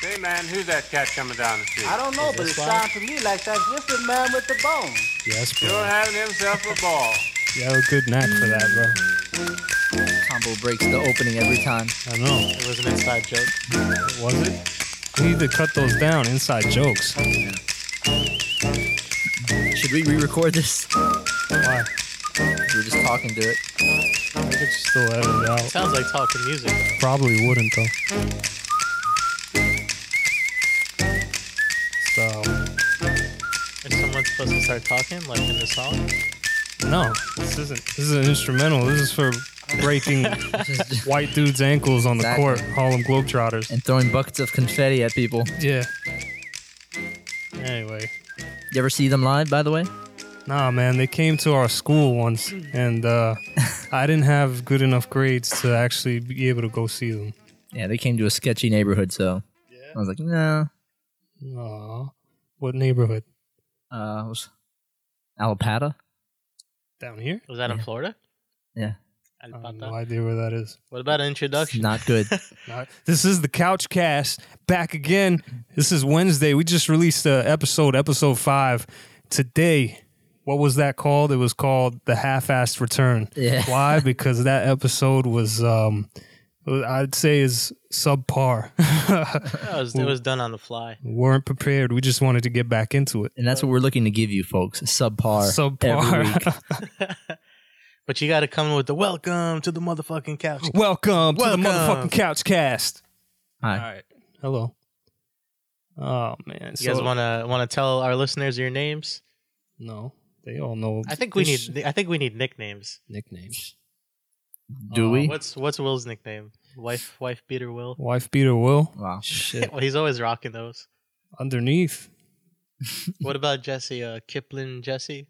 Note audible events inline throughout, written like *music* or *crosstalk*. Hey, man, who's that cat coming down the street? I don't know, Is but it this live? sounds to me like that's just the man with the bone. Yes, Sure bro. having himself a ball. You have a good knack for that, bro. Combo breaks the opening every time. I know. It was an inside joke. Was it? We need to cut those down. Inside jokes. Should we re-record this? *laughs* Why? We're just talking to it. I could still edit it out. Sounds like talking music. Probably wouldn't though. So Is someone supposed to start talking like in the song? no, this isn't. This is an instrumental. This is for *laughs* breaking *laughs* white dudes' ankles on the Exactly. court, Harlem Globetrotters. And throwing buckets of confetti at people. Yeah. Anyway, You ever see them live, by the way? nah, man, they came to our school once, and *laughs* uh, I didn't have good enough grades to actually be able to go see them. Yeah, they came to a sketchy neighborhood, so I was like, no. Aw. What neighborhood? Uh, it was Alapata? Down here? Was that in Yeah. Florida? Yeah, I have Alpata. no idea where that is. What about an it's introduction? not *laughs* good. Alright, This is the Couch Cast back again. This is Wednesday. We just released a episode, episode five. Today, what was that called? It was called the half-assed return. Yeah. *laughs* Why? Because that episode was, um, I'd say, is subpar. *laughs* No, it, was, it was done on the fly. weren't prepared. We just wanted to get back into it. and that's what we're looking to give you, folks. Subpar. *laughs* Every week. Subpar. But you got to come with the welcome to the motherfucking couch. Welcome, to Welcome. the motherfucking Couch Cast. Hi. Uh, right. Hello. Oh man. You guys So- want to want to tell our listeners your names? No, they all know. I think we they need sh- I think we need nicknames. nicknames. Do Uh, we? What's what's Will's nickname? Wife wife beater Will. Wife beater Will. Wow. Shit. *laughs* Well, he's always rocking those. Underneath. What about Jesse? Uh, Kipling Jesse.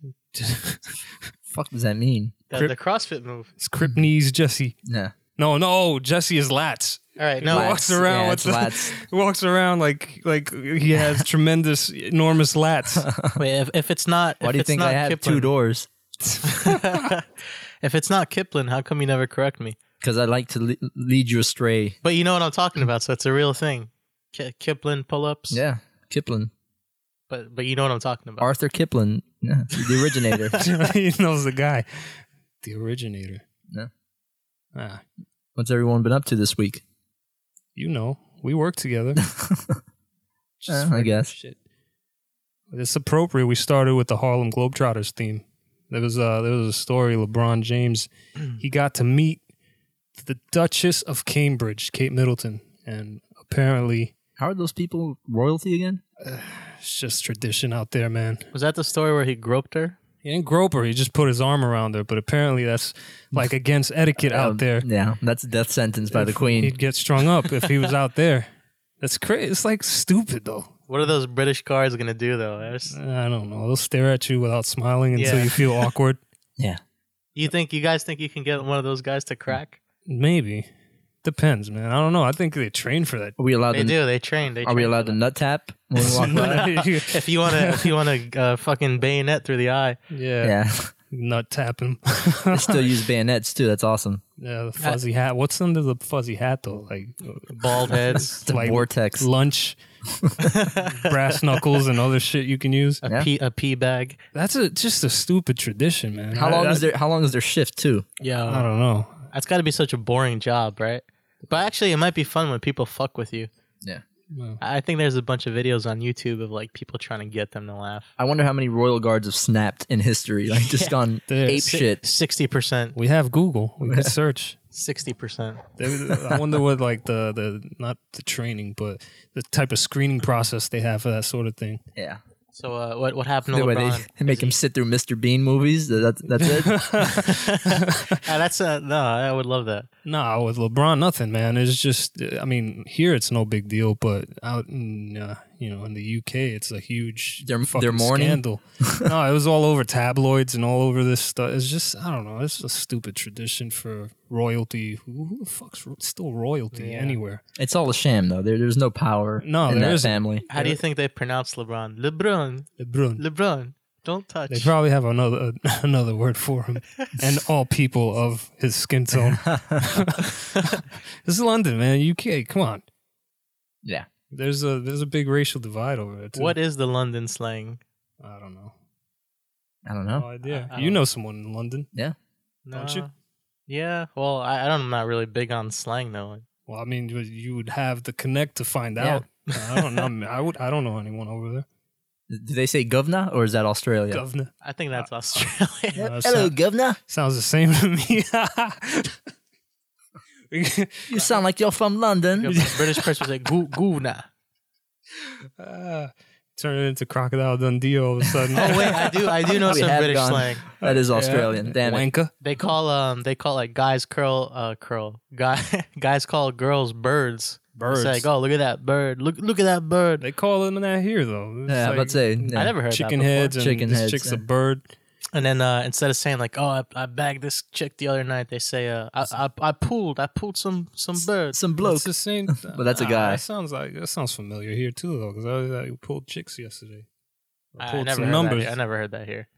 fuck does that mean? The, Crip- the CrossFit move. It's Crip knees Jesse. Yeah. No, no, Jesse is lats. All right, He no, Lats. walks around Yeah, with it's lats. *laughs* walks around like like he has tremendous enormous *laughs* lats. *laughs* Wait, if, if it's not, Why if do you it's think not I have Kipling, two doors? *laughs* if it's not Kipling, how come you never correct me? Because I like to le- lead you astray. But you know what I'm talking about, so it's a real thing. Ki Kipling pull-ups. Yeah. Kipling. but but you know what I'm talking about. Arthur Kipling. Yeah, the originator. he knows the guy, the originator. Yeah. Ah, What's everyone been up to this week? you know, we work together. *laughs* Eh, I regular guess. Shit. It's appropriate. We started with the Harlem Globetrotters theme. There was a, there was a story. LeBron *clears throat* James, he got to meet the Duchess of Cambridge, Kate Middleton, and apparently How are those people royalty again? it's just tradition out there, man. Was that the story where he groped her? He didn't grope her. He just put his arm around her. But apparently that's *laughs* like against etiquette Um, out there. Yeah, that's a death sentence by the queen. He'd get strung up if he was out there. That's crazy. It's like stupid though. What are those British guards gonna do though? There's- I don't know. They'll stare at you without smiling until Yeah. you feel awkward. Yeah. You think you guys think you can get one of those guys to crack? Maybe. Depends, man. I don't know. I think they train for that. *laughs* Are we allowed They to? do. They train. They Are we train allowed to for that. nut tap when we walk *laughs* by? *laughs* If you wanna, if you wanna, uh, fucking bayonet through the eye. yeah, yeah, nut tap *laughs* him. they still use bayonets too. That's awesome. *laughs* yeah, the fuzzy hat. What's under the fuzzy hat though? Like Bald *laughs* heads. The Like- vortex. *laughs* lunch, brass knuckles, and other shit you can use. A Yeah. pee, a pee bag. That's a just a stupid tradition, man. How I- long I, is their How long is their shift too? I Yeah, don't know. that's got to be such a boring job, right? But actually, it might be fun when people fuck with you. Yeah. No. I I think there's a bunch of videos on YouTube of like people trying to get them to laugh. I wonder how many royal guards have snapped in history, like just gone They're ape shit. Sixty percent, We have Google. *laughs* We could search. sixty percent. I wonder what like the the not the training, but the type of screening process they have for that sort of thing. Yeah, So uh, what what happened to the way they, LeBron? they make him sit through Mr. Bean movies. That, that's it. *laughs* *laughs* Ah, that's uh, no, I would love that. Nah, with LeBron, nothing, man. It's just, I mean, here it's no big deal, but out in, uh, you know, in the UK, it's a huge They're- fucking they're mourning? *laughs* scandal. no, it was all over tabloids and all over this stuff. It's just, I don't know. It's a stupid tradition for royalty. Who, who the fuck's ro- still royalty anywhere? It's all a sham, though. There, there's no power No, in there that isn't. family. How do you think they pronounce LeBron? LeBron, LeBron. LeBron, don't touch. They probably have another uh, *laughs* another word for *laughs* him, and all people of his skin *laughs* tone. this is London, man. UK, come on. Yeah, There's a there's a big racial divide over it. Too. What is the London slang? I don't know. I don't No know. idea. I- I you don't- know someone in London? No. Don't you? Yeah. Well, I, I don't. I'm not really big on slang though. Well, I mean, you- you would have to connect to find Yeah. out. I don't know. I would. I don't know anyone over there. Do they say governor or is that Australia? Governor I think that's Uh, Australia. *laughs* Yeah, that's Hello, not- governor. sounds the same to me. *laughs* You sound like you're from London. Like a British person like goo goona. Ah, turn it into crocodile Dundee all of a sudden. *laughs* Oh wait, I do. I do know We some have British gone. slang. *laughs* That is Australian. Damn it. Wanker. They call um they call like guys curl uh curl guy *laughs* guys call girls birds. Birds. It's like oh look at that bird look look at that bird. They call them that here though. It's Yeah, like but say yeah. I never heard chicken that before. heads and Chicken this heads, chick's a yeah. bird. And then uh, instead of saying like oh I, I bagged this chick the other night they say uh I I, I pulled I pulled some some birds. some bloke. It's the same. *laughs* But that's a Ah, guy. That sounds like that sounds familiar here too though because I, I pulled chicks yesterday. I, I pulled never some heard numbers. That here. I never heard that here.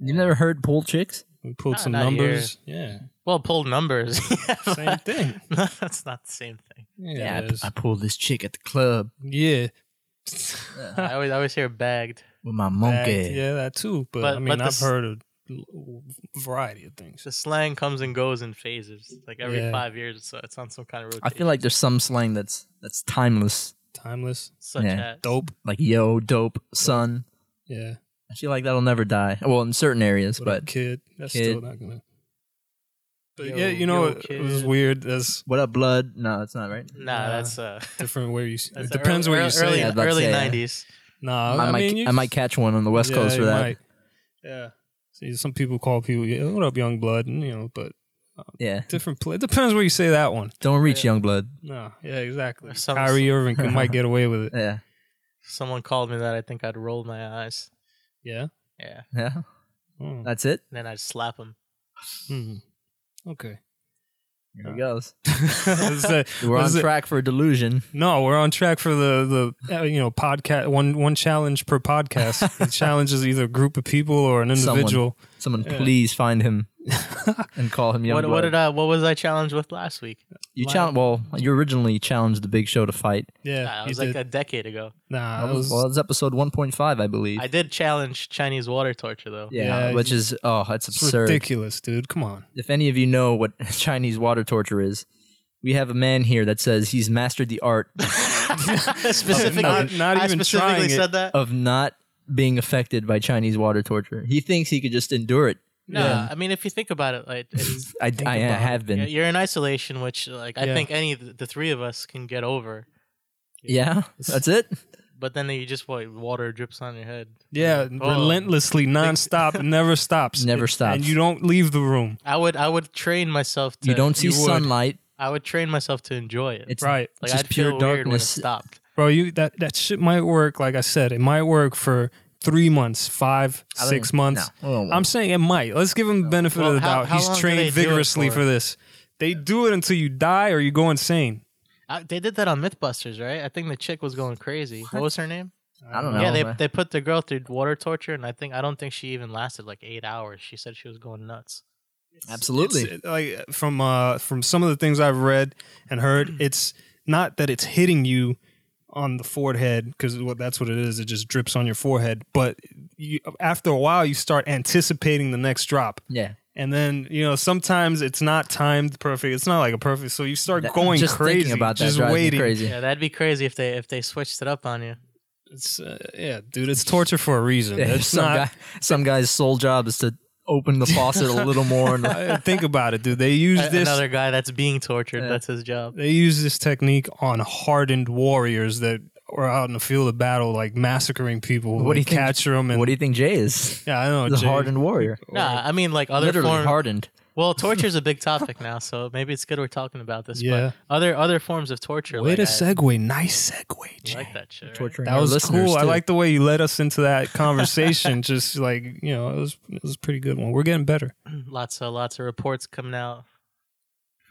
You never heard pool chicks? We pulled Ah, some not here. numbers. Well pulled numbers. *laughs* Yeah, same thing. no, that's not the same thing. Yeah, Yeah, it is. I, I pulled this chick at the club yeah. I always I always hear bagged. with my Bagged, monkey. Yeah, that too. But, But- I mean, but I've this- heard a l- variety of things. The slang comes and goes in phases. Like every Yeah. five years, so it's on some kind of rotation. I feel like there's some slang that's that's timeless, Timeless, such yeah. as dope. like yo, dope, son. Yeah, I feel like that'll never die. Well, in certain areas, what up, but kid. That's kid. still not gonna. But Yo- yeah, you know, yo, it, it was kid. weird. That's what up, blood? No, it's not right. Nah, Nah. that's uh. different where you. s- *laughs* that's it depends early, where you early, say. Yeah, it. I'd like to Early say, yeah. nineties. Nah, I, Oh, I, might, mean, you I might just- catch one on the west yeah, coast for you that. might. Yeah. See, some people call people, yeah, "What up, young blood?" And, you know, but *laughs* Yeah, different. Play. It depends where you say that one. don't reach young blood. No, yeah, exactly. Some- Kyrie Irving *laughs* could- might get away with it. Yeah, Someone called me that. I think I'd roll my eyes. Yeah. Yeah, yeah, Oh, that's it. then I'd slap him. hmm. *laughs* Okay. *laughs* There it goes. Let's say- We're on let's say- track for delusion. No, we're on track for the the uh, you know podcast one one challenge per podcast. *laughs* the challenge is either a group of people or an Someone. individual. Someone, Yeah. please find him *laughs* and call him young What, blood. what did I? What was I challenged with last week? you challenge? Well, you originally challenged the Big Show to fight. Yeah, Uh, it you was like did. a decade ago. nah, That it was, was, well, that was episode 1.5, I believe. I did challenge Chinese water torture though. yeah, *laughs* Yeah, which is oh, that's it's absurd. ridiculous, dude. Come on. if any of you know what *laughs* Chinese water torture is, we have a man here that says he's mastered the art *laughs* *laughs* specifically, Not- not I even specifically trying it. said that. of not being affected by Chinese water torture. He thinks he could just endure it. No, I mean if you think about it, like *laughs* it's, I, I, have been. yeah, Yeah, you're in isolation, which like I Yeah. think any of the- the three of us can get over. that's it. But then you just what water drips on your head. Yeah, Oh. relentlessly, nonstop, *laughs* it never stops. Never It- stops. And you don't leave the room. I would I would train myself. To, You don't see You would. sunlight. I would train myself to enjoy it. It's Right. like just I'd pure feel weird when it darkness. stopped. Bro, you that, that shit might work, like I said, it might work for three months, five, I don't six even- months. no, I don't I'm want- saying it might. Let's give him the benefit Well, of the how- doubt. how He's long do trained they do it vigorously for? for this. They do it until you die or you go insane. I, they did that on MythBusters, right? I think the chick was going crazy. What was her name? I don't know. yeah, they man. they put the girl through water torture, and I think I don't think she even lasted like eight hours. She said she was going nuts. absolutely. It's, uh, like from uh from some of the things I've read and heard, Mm-hmm. it's not that it's hitting you on the forehead because what that's what it is. It just drips on your forehead, but you, after a while, you start anticipating the next drop. yeah, And then you know sometimes it's not timed perfect. It's not like a perfect. So you start That- going just thinking crazy, about that just drives me waiting. Crazy. *laughs* Yeah, that'd be crazy if they if they switched it up on you. It's uh, yeah, dude. It's torture for a reason. *laughs* Yeah, It's some not. guy, some guy's sole job is to open the faucet a little *laughs* more. And, *laughs* I- *laughs* think about it, dude. They use A- this. Another guy that's being tortured. Yeah. That's his job. They use this technique on hardened warriors that are out in the field of battle, like massacring people. What do They you think- catch them and what do you think Jay is? yeah, I don't know. The Jay- hardened warrior, Nah, I mean like other literally forms. hardened. *laughs* Well, torture's a *laughs* big topic now, so maybe it's good we're talking about this. Yeah. But other other forms of torture. Way like to I- segue, nice segue, I Jay. like that shit. right? Torturing That our was listeners, cool. I too. like the way you led us into *laughs* that conversation. Just like you know, it was it was a pretty good one. We're getting better. Lots of lots of reports coming out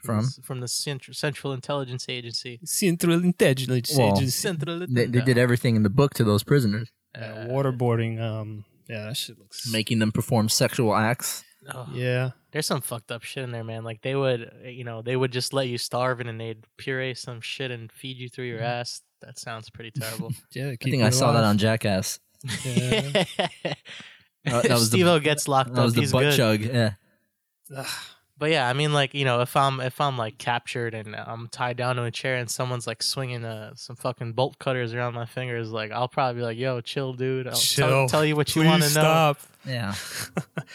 from. s- from the Central, Central Intelligence Agency. Central Intelligence Well, Agency. Central They, they did everything in the book to those prisoners, Uh, Yeah, waterboarding. Um, yeah, that shit looks. making them perform sexual acts. Oh, yeah, There's some fucked up shit in there, man. Like they would, you know, they would just let you starve and then they'd puree some shit and feed you through your Mm-hmm. ass. That sounds *laughs* pretty terrible. Yeah, I think I saw that *laughs* on Jackass. *laughs* Yeah. *laughs* Uh, that was the- Steve-O gets locked That was up. the he's butt good. chug. Yeah. But yeah, I mean, like you know, if I'm if I'm like captured and I'm tied down to a chair and someone's like swinging uh, some fucking bolt cutters around my fingers, like I'll probably be like, "Yo, chill, dude. I'll tell- Chill. Tell, you what you Please want to know." stop Yeah.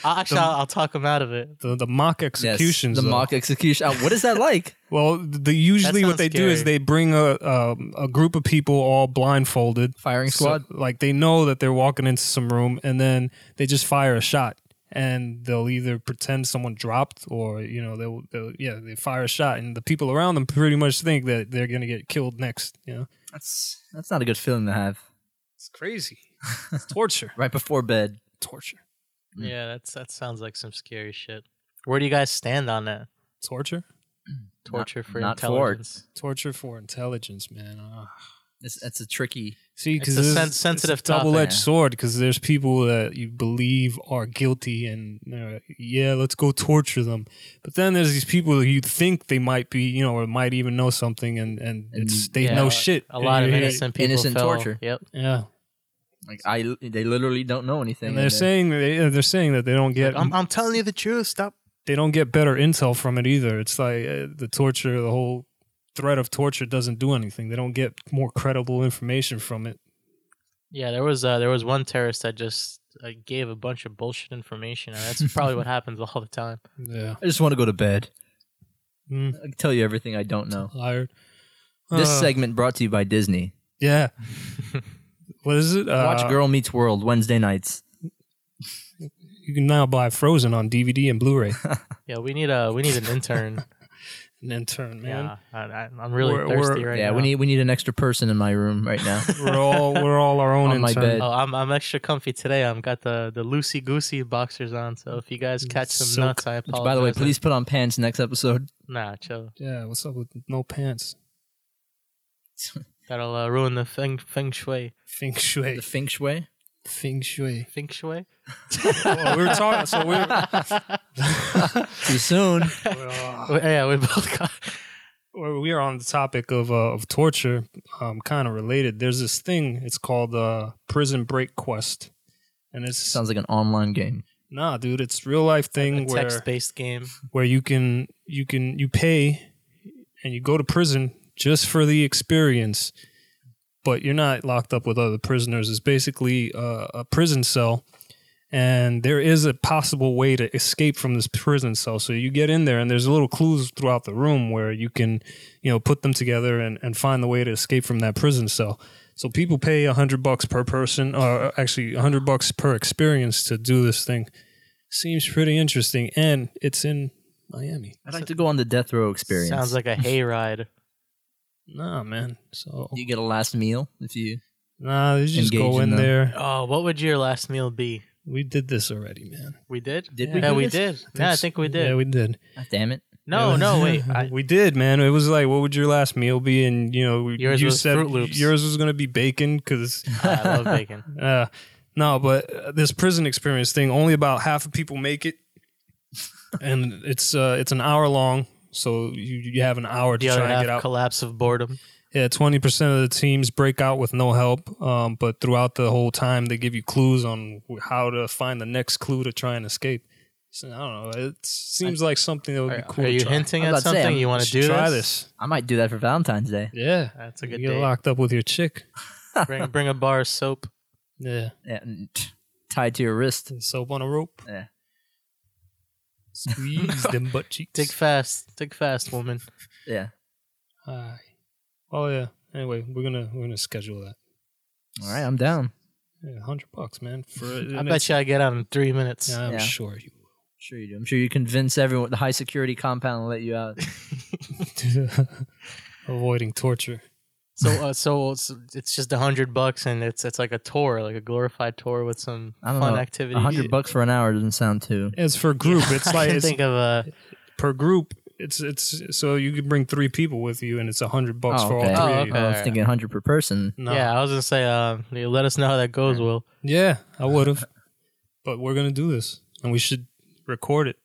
I'll, actually, I'll, I'll talk them out of it. the, the mock Yes, executions. the though. mock execution. Uh, what is that *laughs* like? Well, the usually what sounds they do is scary. they bring a um, a group of people all blindfolded, Firing So, squad. like they know that they're walking into some room, and then they just fire a shot, and they'll either pretend someone dropped, or you know they'll, they'll yeah they fire a shot, and the people around them pretty much think that they're gonna get killed next. You know, That's that's not a good feeling to have it's crazy. It's torture. right before bed. torture. Mm. Yeah, that's that sounds like some scary shit. Where do you guys stand on that? Torture. Torture for not for. intelligence. Torture for intelligence, man. Ah. It's, that's a tricky. See, It's because a sen- sensitive topic. double-edged Yeah. sword. Because there's people that you believe are guilty, and they're like, yeah, let's go torture them. But then there's these people that you think they might be, you know, or might even know something, and and it's, they Yeah, know a- shit. A lot of And you're- innocent people. innocent fell- torture. Yep. Yeah, Like I, they literally don't know anything. and they're saying they, they're saying that they don't get I'm, I'm telling you the truth. Stop. they don't get better intel from it either. It's like uh, the torture, the whole threat of torture doesn't do anything. They don't get more credible information from it. Yeah, there was uh, there was one terrorist that just uh, gave a bunch of bullshit information. And that's probably what happens all the time. Yeah, I just want to go to bed. Mm. I can tell you everything I don't know. tired. This Uh, segment brought to you by Disney. Yeah. what is it? Uh, Watch Girl Meets World Wednesday nights. You can now buy Frozen on DVD and Blu-ray. Yeah, we need a we need an intern. An intern, man. *laughs* yeah, I, I, I'm really We're- thirsty we're- right yeah, now. we need we need an extra person in my room *laughs* right now. We're all we're all our own *laughs* On my intern. bed. Oh, I'm I'm extra comfy today. I'm got the the loosey goosey boxers on. So if you guys catch some Silk. nuts, I Which, Mm, apologize. by the way, please put on pants next episode. Nah, chill. Yeah, what's up with no pants? That'll uh, ruin the feng feng shui. Feng Shui. The feng shui. Feng Shui. Feng shui. Oh, we were talking, so we *laughs* were, Too soon. *laughs* We- Oh, yeah, we both got. well, we are on the topic of uh, of torture, um, kind of related. There's this thing. It's called uh, Prison Break Quest, and it's Sounds like an online game. nah, dude. It's real life thing A where text-based game. where you can you can you pay and you go to prison just for the experience but you're not locked up with other prisoners it's basically a, a prison cell and there is a possible way to escape from this prison cell so you get in there and there's little clues throughout the room where you can you know put them together and, and find the way to escape from that prison cell so people pay a hundred bucks per person or actually a hundred bucks per experience to do this thing seems pretty interesting and it's in miami I'd like to go on the death row experience. Sounds like a hayride. nah man so you get a last meal if you. Nah, they just Engage go in in them. there. oh, what would your last meal be? We did this already, man. We did. Did Yeah. we? Yeah, do we this? did. Yeah, I That's- think we did. Yeah, we did. Ah, damn it! no, Yeah. no, *laughs* *laughs* wait. I, we did, man. It was like, what would your last meal be? And you know, we- Yours you was said Froot Loops. yours was gonna be bacon because I love bacon. *laughs* Uh, no, but uh, this prison experience thing, only about half of people make it, and it's uh, it's an hour long, so you you have an hour to The other try and get half out. collapse of boredom. yeah, twenty percent of the teams break out with no help, um, but throughout the whole time they give you clues on wh- how to find the next clue to try and escape. So I don't know. It seems like something that would be Are, cool. are to you try. hinting I was at about to say, something? I'm- you want to Should do try this? this? I might do that for Valentine's Day. Yeah, That's a you good get date. locked up with your chick. bring bring a bar of soap. Yeah, Yeah, and *sniffs* t- tied to your wrist. soap on a rope. Yeah. Squeeze them *laughs* butt cheeks. *laughs* Dig fast, dig fast, woman. Yeah. Hi. Oh yeah. Anyway, we're gonna we're gonna schedule that. All right, I'm down. Yeah, hundred bucks, man. For *laughs* I bet you I get out in three minutes. I'm Yeah. sure you. Sure you do. I'm sure you convince everyone the high security compound will let you out. *laughs* Avoiding torture. So, uh, so it's, it's just a hundred bucks, and it's it's like a tour, like a glorified tour with some I don't fun know. activities. A *laughs* hundred bucks for an hour doesn't sound too. It's for group. It's I like can it's think of a per group. It's it's so you can bring three people with you, and it's a hundred bucks Oh, for all okay. three. Oh, of you. okay. I was thinking a hundred per person. No. yeah. I was gonna say, uh, you let us know how that goes, Will. Yeah, I would have. But we're gonna do this, and we should record it.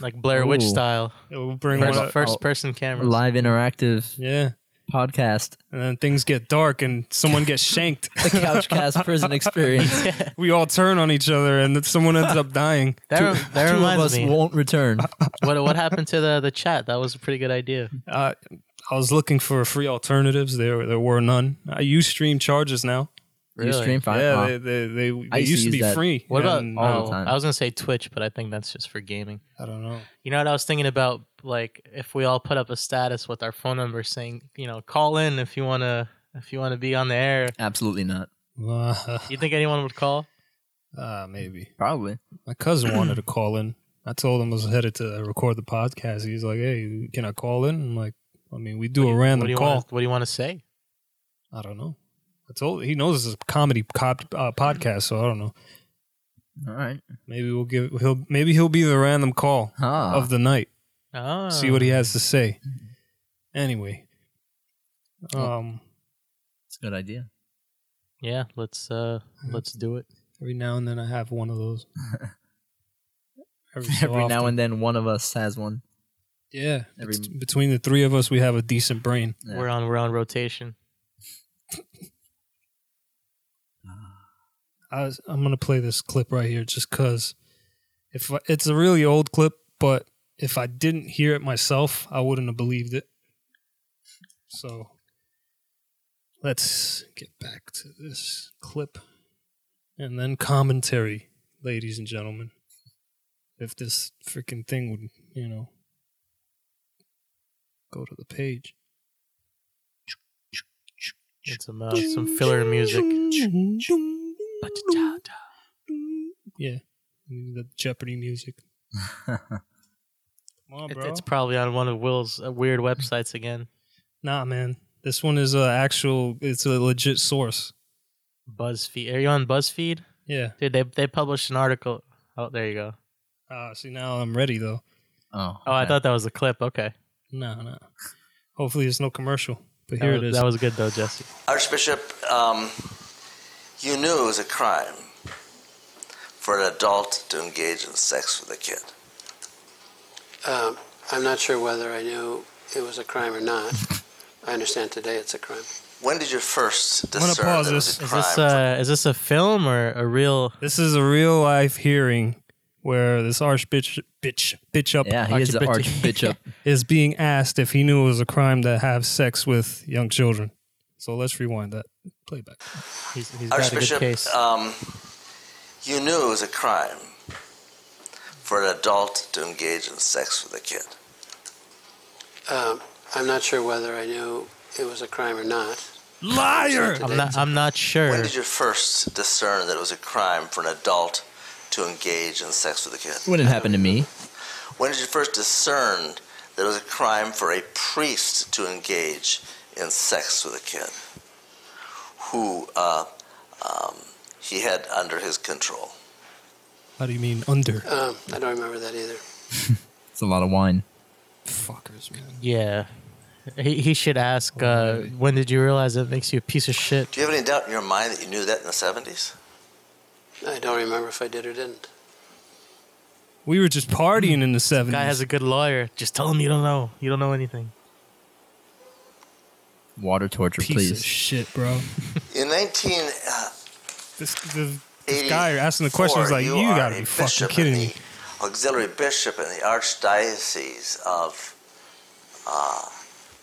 like Blair Witch Ooh. Oh. style. Yeah, We'll bring one. First, up. first person cameras. Live interactive Yeah, podcast, and then things get dark and someone *laughs* gets shanked. the Couchcast prison experience. Yeah. we all turn on each other, and then someone ends up dying. That, rem- that Two of reminds us me. won't return. *laughs* What what happened to the the chat? That was a pretty good idea. Uh, I was looking for free alternatives. There, there were none. I use stream charges now. You stream fine. yeah, Wow. they they, they, they I used to used to use be that. free. What about? and *laughs* all the oh, time. I was gonna say Twitch, but I think that's just for gaming. I don't know. You know what I was thinking about? Like if we all put up a status with our phone number saying, you know, call in if you wanna if you wanna be on the air. Absolutely not. *laughs* Uh, You think anyone would call? uh, maybe Probably. my *clears throat* cousin wanted to call in. I told him I was headed to record the podcast. He's like, "Hey, can I call in?" I'm like, "I mean, we do a what do random you call. Wanna, what do you want to say? I don't know." I told he knows this is a comedy cop, uh, podcast, so I don't know. All right. Maybe we'll give he'll maybe he'll be the random call Huh. of the night. Oh, see what he has to say. Anyway, um, It's a *laughs* good idea. Yeah, let's uh let's do it. every now and then I have one of *laughs* those. Every, so Every now often. and then, one of us has one. yeah. every- bet- between the three of us, we have a decent brain. Yeah. We're on we're on rotation. I was, I'm gonna play this clip right here just cause if I, it's a really old clip, but if I didn't hear it myself, I wouldn't have believed it. So let's get back to this clip and then commentary, ladies and gentlemen. If this freaking thing would, you know, go to the page. Get some uh, some filler music. Yeah, the Jeopardy music. Come on, It- bro. it's probably on one of Will's uh, weird websites again. Nah, man. This one is a actual. It's a legit source. BuzzFeed. Are you on BuzzFeed? Yeah. Dude, they they published an article. Oh, there you go. Uh, see, now I'm ready though. oh. Oh, I okay. thought that was a clip. Okay. No, no. Hopefully, it's no commercial. But That here was, it is. That was good though, Jesse. Archbishop, um, you knew it was a crime for an adult to engage in sex with a kid. Um, I'm not sure whether I knew it was a crime or not. I understand today it's a crime. When did you first I'm gonna discern pause that it was a Is crime? this for- uh is this a film or a real? this is a real life hearing where this archbishop bitch bitch up Yeah, he is the archbishop. *laughs* is being asked if he knew it was a crime to have sex with young children. So let's rewind that playback. He's, he's got a good Archbishop, case. um, you knew it was a crime for an adult to engage in sex with a kid. Um, I'm not sure whether I knew it was a crime or not. Liar! I'm not. I'm not sure. When did you first discern that it was a crime for an adult to engage in sex with a kid? Wouldn't happen to me. When did you first discern that it was a crime for a priest to engage in sex with a kid who uh, um, he had under his control? How do you mean under? Um, I don't remember that either. It's a lot of wine. Fuckers, man. Yeah. He, he should ask. Uh, when did you realize it makes you a piece of shit? Do you have any doubt in your mind that you knew that in the 70s? I don't remember if I did or didn't. We were just partying in the 70s. Guy has a good lawyer. Just tell him you don't know. You don't know anything. Water torture, piece of please. shit, bro. In uh, 1984, This, this, this guy asking the question is like, you, are gotta a be bishop fucking and kidding me. the Auxiliary bishop in the Archdiocese of uh,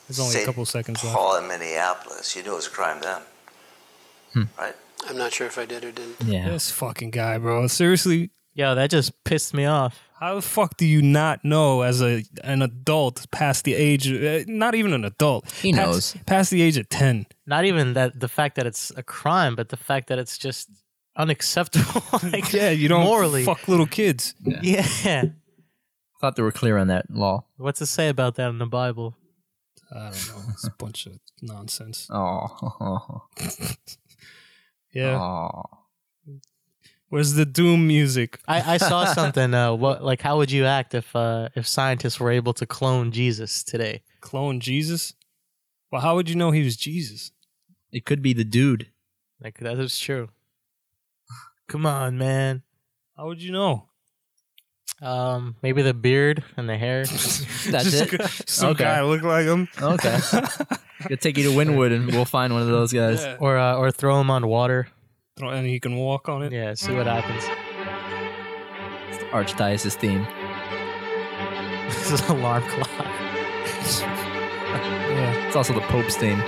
There's only a Saint couple seconds left. Paul in Minneapolis. You knew it was a crime then, right? I'm not sure if I did or didn't. Yeah. This fucking guy, bro. Seriously, Yo, that just pissed me off. how the fuck do you not know as a an adult past the age, of, uh, not even an adult, He past- knows. past the age of ten? Not even that the fact that it's a crime, but the fact that it's just unacceptable. *laughs* like, Yeah, you don't morally. fuck little kids. Yeah. Thought they were clear on that law. What's it say about that in the Bible? I don't know. It's a bunch of nonsense. Oh. Yeah. Where's the doom music? I, *laughs* I saw something. Uh, what like how would you act if uh, if scientists were able to clone Jesus today? Clone Jesus? Well, how would you know he was Jesus? It could be the dude. Like that is true. Come on, man. How would you know? Um, maybe the beard and *laughs* the hair. That's Just *laughs* it. Some Okay. guy look like him. Okay. Gonna take you to Winwood and we'll find one of those guys. or uh, or throw him on water. Throw- And he can walk on it. Yeah, see what happens. *laughs* Archdiocese theme. this is an alarm clock. Yeah. It's also the Pope's theme.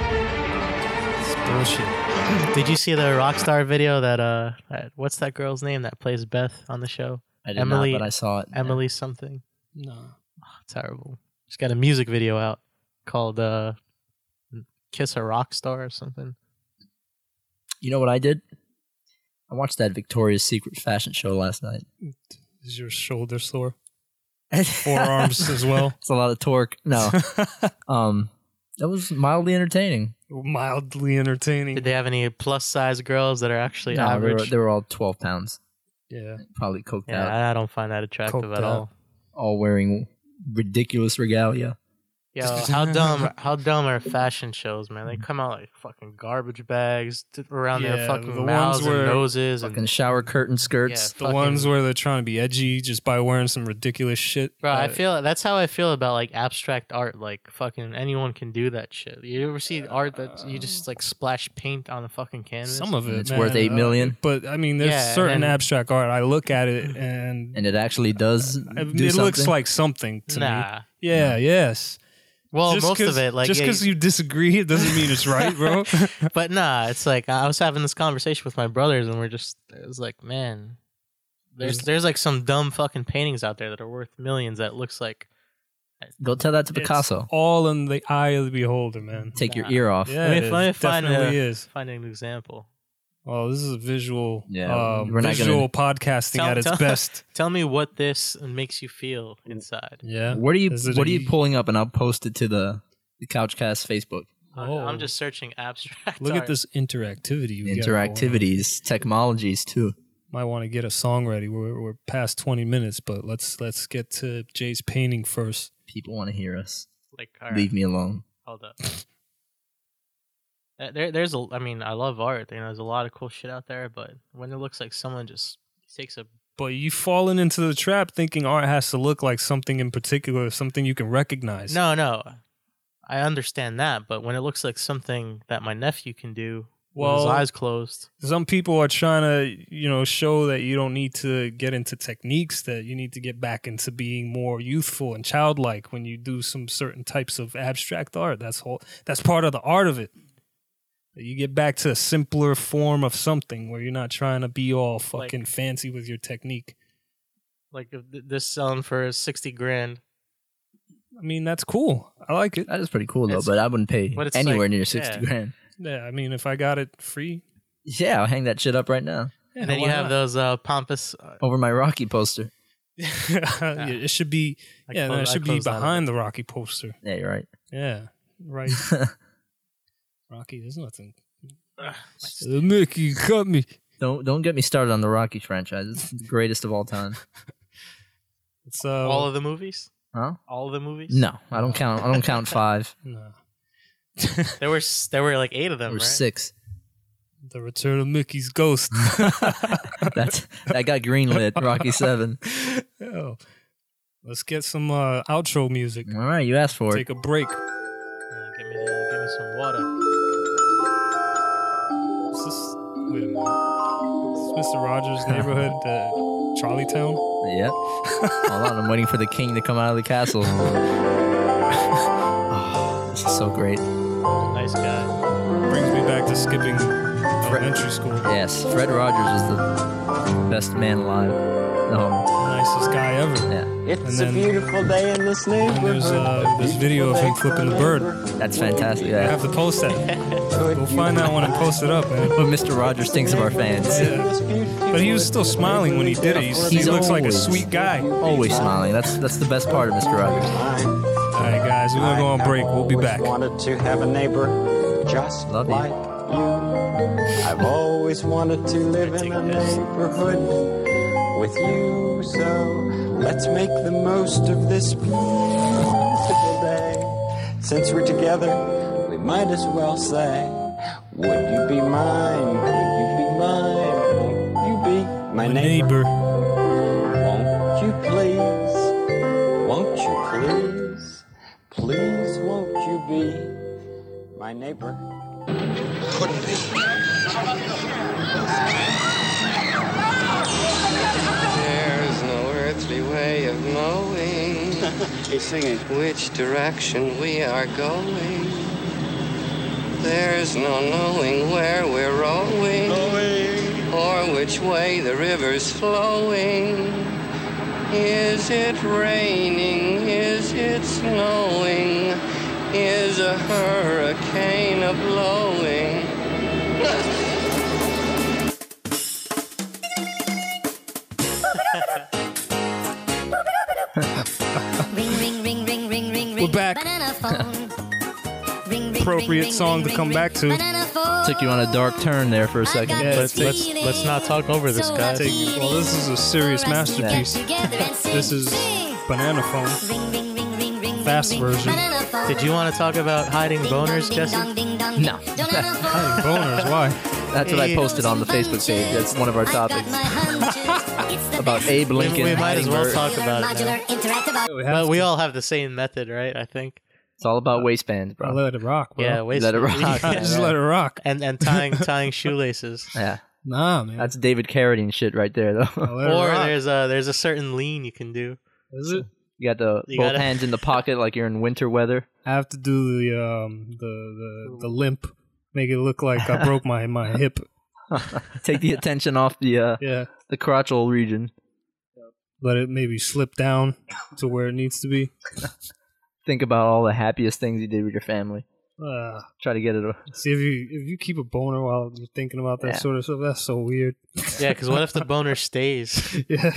It's bullshit. Did you see the Rockstar video that uh, that, what's that girl's name that plays Beth on the show? I did Emily- not, but I saw it. Emily something. No. Terrible. She's got a music video out called uh, "Kiss a Rockstar" or something. You know what I did? I watched that Victoria's Secret fashion show last night. Is your shoulder sore? *laughs* Forearms as well. It's a lot of torque. No. um that was mildly entertaining. Mildly entertaining. Did they have any plus size girls that are actually No, they, were, average? they were all twelve pounds. yeah. Probably coked out. yeah, I don't find that attractive Coked at out. all. All wearing ridiculous regalia. Yo, *laughs* how dumb how dumb are fashion shows, man? They come out like fucking garbage bags t- around Mm. Yeah, their fucking the mouths ones and where- noses Fucking and shower curtain skirts. Yeah. The fucking- ones where they're trying to be edgy just by wearing some ridiculous shit. Bro, I Uh, feel that's how I feel about like abstract art. Like fucking anyone can do that shit. You ever see art that you just like splash paint on the fucking canvas? some of And it. it's worth man, eight uh, million. but I mean, there's Yeah, and certain then- abstract art. I look at *laughs* it and, And it actually does Uh, I mean, do it looks something. like something to me. nah. Yeah. Yes. Well, Just most 'cause- of it, like just yeah, because you disagree, it doesn't mean it's right, *laughs* bro. but nah, it's like I was having this conversation with my brothers, and we're just it was like, man, there's there's like some dumb fucking paintings out there that are worth millions. That looks like Go tell that to Picasso. It's all in the eye of the beholder, man. Take your Nah. ear *laughs* off. Yeah, Let me- it is. let me find definitely a- is. find an example. Well, Oh, this is a visual, Yeah, um, we're not gonna- visual podcasting Tell- at its tell- best. *laughs* Tell me what this makes you feel Mm. inside. Yeah, What are you Is it what a- are you pulling up and I'll post it to the, the Couchcast Facebook. I'm- Oh. I'm just searching abstract. look at art. this interactivity. we got going on. Interactivities, technologies too. Might want to get a song ready. We're, we're past twenty minutes, but let's let's get to Jay's painting first. People want to hear us. Like, all right, Leave me alone. Hold up. Uh, There, there's a. I mean, I love art. You know, there's a lot of cool shit out there, but when it looks like someone just takes a But you fallen into the trap thinking art has to look like something in particular, something you can recognize. no, no. I understand that, but when it looks like something that my nephew can do with Well- his eyes closed, some people are trying to you know show that you don't need to get into techniques that you need to get back into being more youthful and childlike when you do some certain types of abstract art that's whole that's part of the art of it That you get back to a simpler form of something where you're not trying to be all Like- fucking fancy with your technique like if th- this selling for sixty grand, i mean that's cool i like it That is pretty cool though, It's- but I wouldn't pay but it's anywhere like- near sixty yeah. grand. yeah i mean if i got it free Yeah, I'll hang that shit up right now yeah, and then why you have not? those uh, pompous. Uh, over my Rocky poster. *laughs* Yeah, it should be I yeah no, close- it I should be closed out of behind the rocky poster Yeah, you're right. Yeah, right. Rocky, there's nothing. Uh, Mickey, you cut me. Don't don't get me started on the Rocky franchise. It's the greatest of all time. It's uh, all of the movies, Huh? all of the movies. No, I don't count. I don't count *laughs* five nah. there were s- there were like eight of them. or right? six. the return of Mickey's ghost. *laughs* That's that got greenlit. Rocky seven. Yo. Let's get some uh, outro music. All right, you asked for it. Take a break. Yeah, Uh, give me the, give me some water. Is this, wait a minute. Is this Mr. Rogers' neighborhood, uh, Charlie Town? *laughs* Yep. Hold on, I'm waiting for the king to come out of the castle. Oh, this is so great. Nice guy. Brings me back to skipping elementary school. Yes, Fred Rogers is the best man alive. No, Nicest guy ever. yeah, And It's a then- beautiful day in this neighborhood. there's, uh, this A video of him beautiful flipping day the bird. forever. that's fantastic. I Yeah. have to post that. Could Go you find that one and post it up, man. What Mr. Rogers thinks of our fans. Yeah. But he was still smiling when he did it. He's, he He's looks like a always- sweet guy. Always smiling. That's that's the best part of Mr. Rogers. All right, guys, we're gonna go on break. We'll be always back. wanted to have a neighbor just Love you. like you. I've always wanted to live in a neighborhood with you. So let's make the most of this beautiful day. Since we're together, we might as well say, Would you be mine? Would you be mine? Would you be my Neighbor, neighbor? Please won't you be my neighbor? Couldn't be. There's no earthly way of knowing He's singing. which direction we are going. There's no knowing where we're rolling, or which way the river's flowing. Is it raining? Is it snowing? Is a hurricane a blowing? Ring, ring, ring, ring, ring, ring, ring. We're back. Banana phone. *laughs* ring, ring, Appropriate ring, song ring, to ring, come ring. back to. Banana phone. Took you on a dark turn there for a second. got Let's- this let's- feeling let's not talk over this, so guys. Take- well, this is a serious masterpiece. Together and sing. This is Banana Phone, Ring, ring, ring, ring, ring. fast version. Banana phone. Did you want to talk about hiding boners, Jesse? Ding, dong, No. *laughs* Banana phone. Hey, boners, why? That's what I posted on the Facebook page. That's one of our topics *laughs* about Abe Lincoln. we might as well Edinburgh. talk about it now. We But we all have the same method, right? I think. It's all about I waistbands, bro. let it rock, bro. Yeah, waist Let *laughs* it *laughs* rock. Yeah, just right. let it rock. and and tying tying shoelaces. Yeah, Nah, man. that's David Carradine shit right there, I though. *laughs* let it Or rock. there's a there's a certain lean you can do. Is it? You got the You both gotta- hands in the pocket like you're in winter *laughs* weather. I have to do the um the the, the limp, make it look like I broke my my hip. Take the attention off the uh, Yeah, the crotchal region. let it maybe slip down to where it needs to be. Think about all the happiest things you did with your family. Uh, Try to get it. see if you if you keep a boner while you're thinking about that Yeah. sort of stuff. That's so weird. *laughs* Yeah, because what if the *laughs* boner stays? Yeah,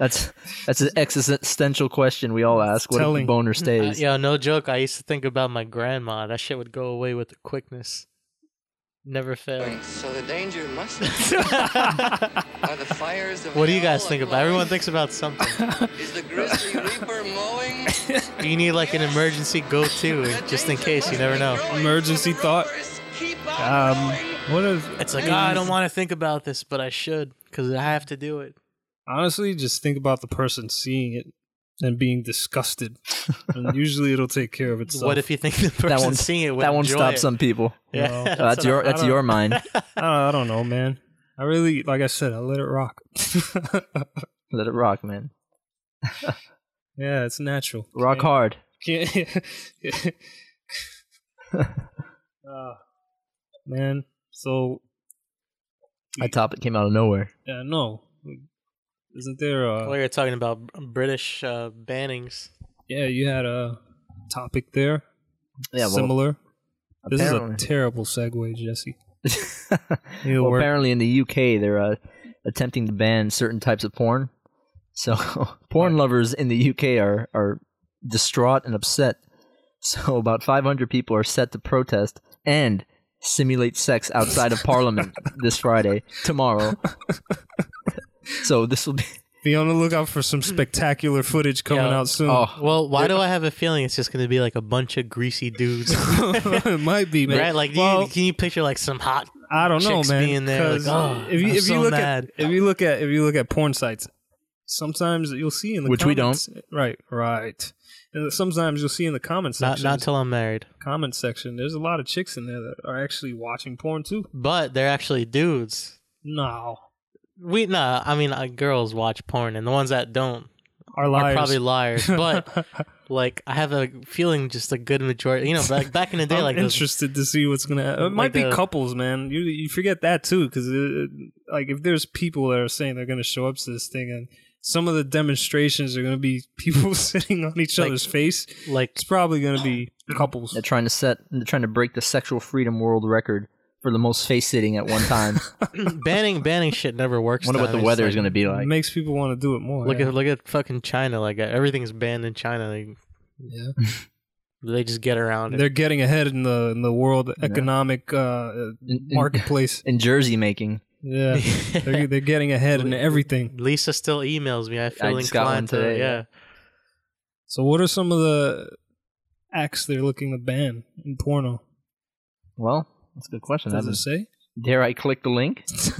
That's that's an existential question we all ask. What if Telling. the boner *laughs* Uh, stays? yeah, no joke. I used to think about my grandma. That shit would go away with the quickness. Never failed. So the danger must are the fires of *laughs* What do you hell guys think about? Everyone thinks about something. Is the *laughs* grizzly reaper mowing? You need like an emergency go-to, just in case. You never know. emergency thought. Um, what if It's like, oh, I don't want to think about this, but I should because I have to do it. honestly just think about the person seeing it and being *laughs* disgusted, and usually it'll take care of itself. what if you think the that person won't seeing it would that won't enjoy stop it? some people. *laughs* Yeah, No. Uh, that's what I- your I that's don't- your *laughs* mind. I don't, I don't know, man. I really, like I said, I let it rock. *laughs* Let it rock, man. yeah, it's natural. Rock Can't- hard. Can't. *laughs* *laughs* Ah, man, so That topic came out of nowhere. yeah, no, isn't there? Well, A, we were talking about b- British uh, bannings. yeah, you had a topic there. Yeah, well, similar. This is a apparently. terrible segue, Jesse. *laughs* Neither well, work. apparently in the UK they're uh, attempting to ban certain types of porn. So *laughs* porn lovers in the UK are are distraught and upset. So *laughs* about 500 people are set to protest and simulate sex outside of Parliament this Friday tomorrow. so this will be Be on the lookout for some spectacular footage coming Hmm. Yeah. out soon. oh Well, why do I have a feeling it's just going to be like a bunch of greasy *laughs* dudes? *laughs* it might be, man. Right? Like, do Well, you, can you picture like some hot? I don't know, chicks man. being there, like, 'cause "Oh, if you I'm if so you look mad." at if you look at if you look at porn sites, sometimes you'll see in the Which we don't. comments, right, right. And sometimes you'll see in the comment Not section, not till I'm married, comment section. There's a lot of chicks in there that are actually watching porn too. but they're actually dudes. No, We nah. I mean, uh, girls watch porn, and the ones that don't our are liars. probably *laughs* liars. But like, I have a feeling just a good majority. You know, back back in the day, I'm like those interested to see what's gonna. Happen. It might Like be the- couples, man. You you forget that too, because like if there's people that are saying they're gonna show up to this thing, and some of the demonstrations are gonna be *laughs* people sitting on each Like- other's face. like It's probably gonna be couples. they're trying to set they're trying to break the sexual freedom world record for the most face sitting at one time. banning banning shit never works. Wonder what the weather is going to be It like. makes people want to do it more. Look yeah. at look at fucking China. Like everything's banned in China. Like, Yeah. *laughs* they just get around it. They're getting ahead in the in the world economic uh, *laughs* In- in- marketplace. in Jersey making. Yeah, *laughs* they're, they're getting ahead in everything. Lisa still emails me. I feel just got inclined one to today, yeah. So, what are some of the acts they're looking to ban in porno? Well, that's a good question. Does it Evan. say? Dare I click the link? *laughs*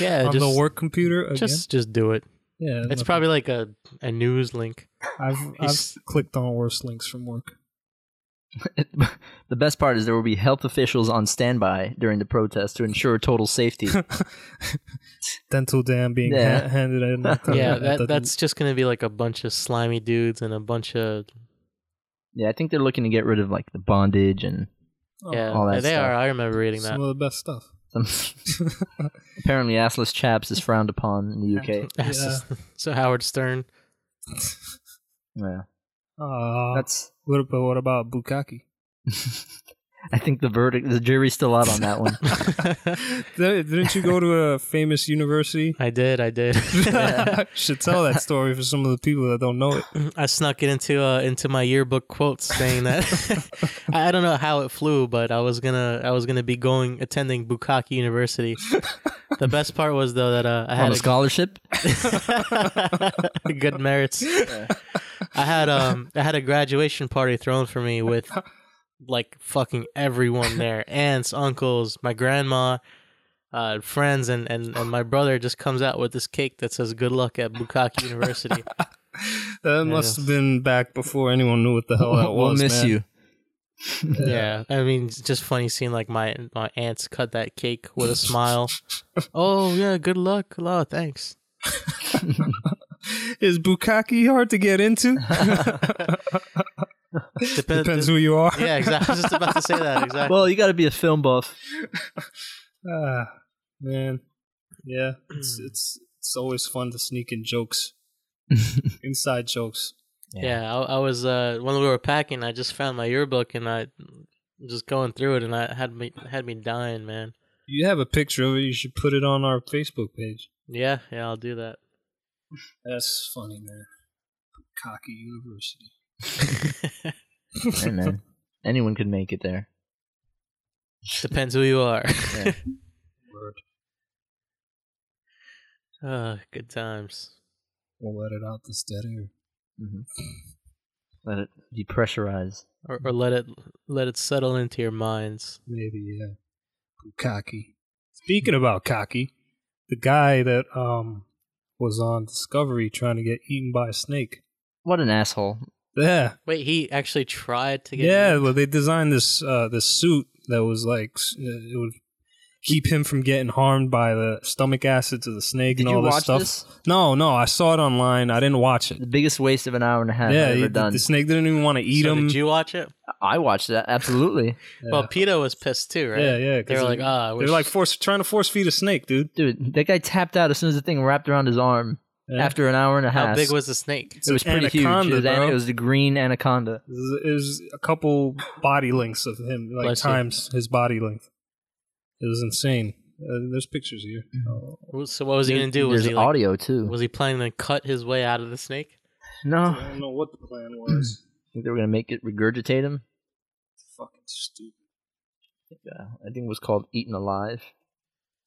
Yeah, on the just- work computer again? Just just do it. yeah, It's no, probably like a, a news link. I've, I've *laughs* he's- clicked on worse links from work. *laughs* the best part is there will be health officials on standby during the protest to ensure total *laughs* safety. Dental dam being Yeah. ha- handed *laughs* in. at the- yeah, at that, the- that's just gonna be like a bunch of slimy dudes and a bunch of yeah, I think they're looking to get rid of like the bondage and yeah. all that they stuff. are. I remember reading some that. *laughs* of the best stuff. *laughs* Some- *laughs* apparently, assless chaps is frowned upon in the UK. Yeah. so Howard *laughs* Stern. Yeah, Uh, that's. what about what about Bukaki? I think the verdict, the jury's still out on *laughs* that one. Did- Didn't you go to a famous *laughs* university? I did. I did. *laughs* Should tell that story for some of the people that don't know it. I snuck it into uh, into my yearbook quotes saying *laughs* that I I don't know how it flew, but I was gonna I was gonna be going attending Bukaki *laughs* University. the best part was though that uh, I on had a scholarship? a, *laughs* good merits. I had um I had a graduation party thrown for me with like fucking everyone there aunts uncles my grandma uh, friends and, and and my brother just comes out with this cake that says good luck at *laughs* Bukaki University. That must have been back before anyone knew what the hell that we'll was. miss man. you. Yeah, I mean, it's just funny seeing like my my aunts cut that cake with *laughs* a smile. oh yeah, good luck, a lot, thanks. Is Bukaki hard to get into? *laughs* Depend- Depends who you are. Yeah, exactly. I was just about to say *laughs* that. Exactly. Well, you got to be a film buff. Ah, man. Yeah, it's, it's it's always fun to sneak in jokes, inside jokes. yeah, I, I was uh when we were packing, I just found my yearbook and I just going through it and I had me had me dying, man. You have a picture of it. You should put it on our Facebook page. Yeah, yeah, I'll *laughs* do that. That's funny, man. Cocky University. Hey, man. Anyone could make it there. Depends who you are. *laughs* Yeah. Word. oh, good times. We'll let it out this dead air. Let it depressurize. Or, or let it let it settle into your minds. Maybe, yeah. Cocky. Speaking about cocky, the guy that um was on Discovery trying to get eaten by a snake. What an asshole. Yeah. Wait, he actually tried to get Yeah, well, they designed this uh, this suit that was like s- uh, it would keep him from getting harmed by the stomach acids of the snake Did and you all this watch stuff. this? No, no, I saw it online. I didn't watch it. The biggest waste of an hour and a half yeah, I've he- ever the, done. the snake didn't even want to eat So him. Did you watch it? I watched that, absolutely. Well, Peter was pissed too, right? Yeah, yeah. They were like, ah, I they wish- were like force trying to force feed a snake, dude. Dude, that guy tapped out as soon as the thing wrapped around his arm Yeah. after an hour and a half. how big was the snake? it was pretty Anaconda, huge. It was, an- bro. it was the green anaconda. It was, it was a couple body lengths of him, like Bless you. times his body length. It was insane. Uh, there's pictures here. Oh. So what was he gonna do? Was There's he like, audio too. was he planning to cut his way out of the snake? no, I I don't know what the plan was. *clears throat* think they were gonna make it regurgitate him. Fucking stupid. Yeah, I think it was called Eaten Alive.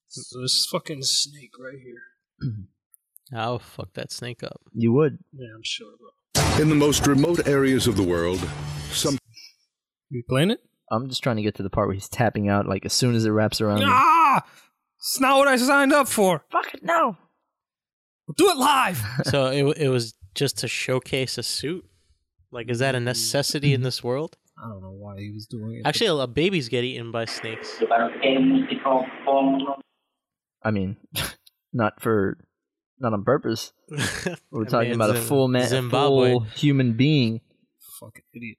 So this fucking snake right here. I'll fuck that snake *laughs* up. You would. Yeah, I'm sure, bro. In the most remote areas of the world, some You playing it? I'm just trying to get to the part where he's tapping out like as soon as it wraps around. him. ah! It's not what I signed up for. Fuck it, no. We'll do it live. so it w- it was just to showcase a suit. Like, is that a necessity in this world? I don't know why he was doing it. Actually, a babies get eaten by *laughs* snakes. I mean, *laughs* not for, not on purpose. We're talking about a full man, a *laughs* Zimbabwe. full human being. fucking idiot.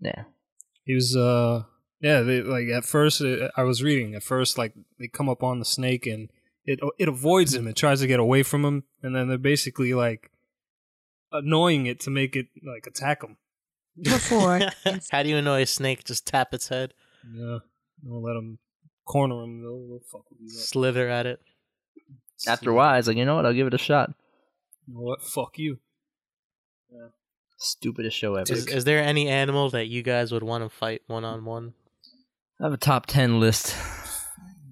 Yeah, *laughs* He was, uh, yeah, they, like at first, uh I was reading. At first, like they come up on the snake and it it avoids him. It tries to get away from him, and then they're basically like annoying it to make it like attack him. Before, *laughs* how do you annoy a snake? Just tap its head, Yeah, don't let him corner him. They'll, they'll fuck with you. up. slither at it. after a while, it's like you know what? I'll give it a shot. You know what? Fuck you. Stupidest show ever. Is, is there any animal that you guys would want to fight one on one? I have a top ten list.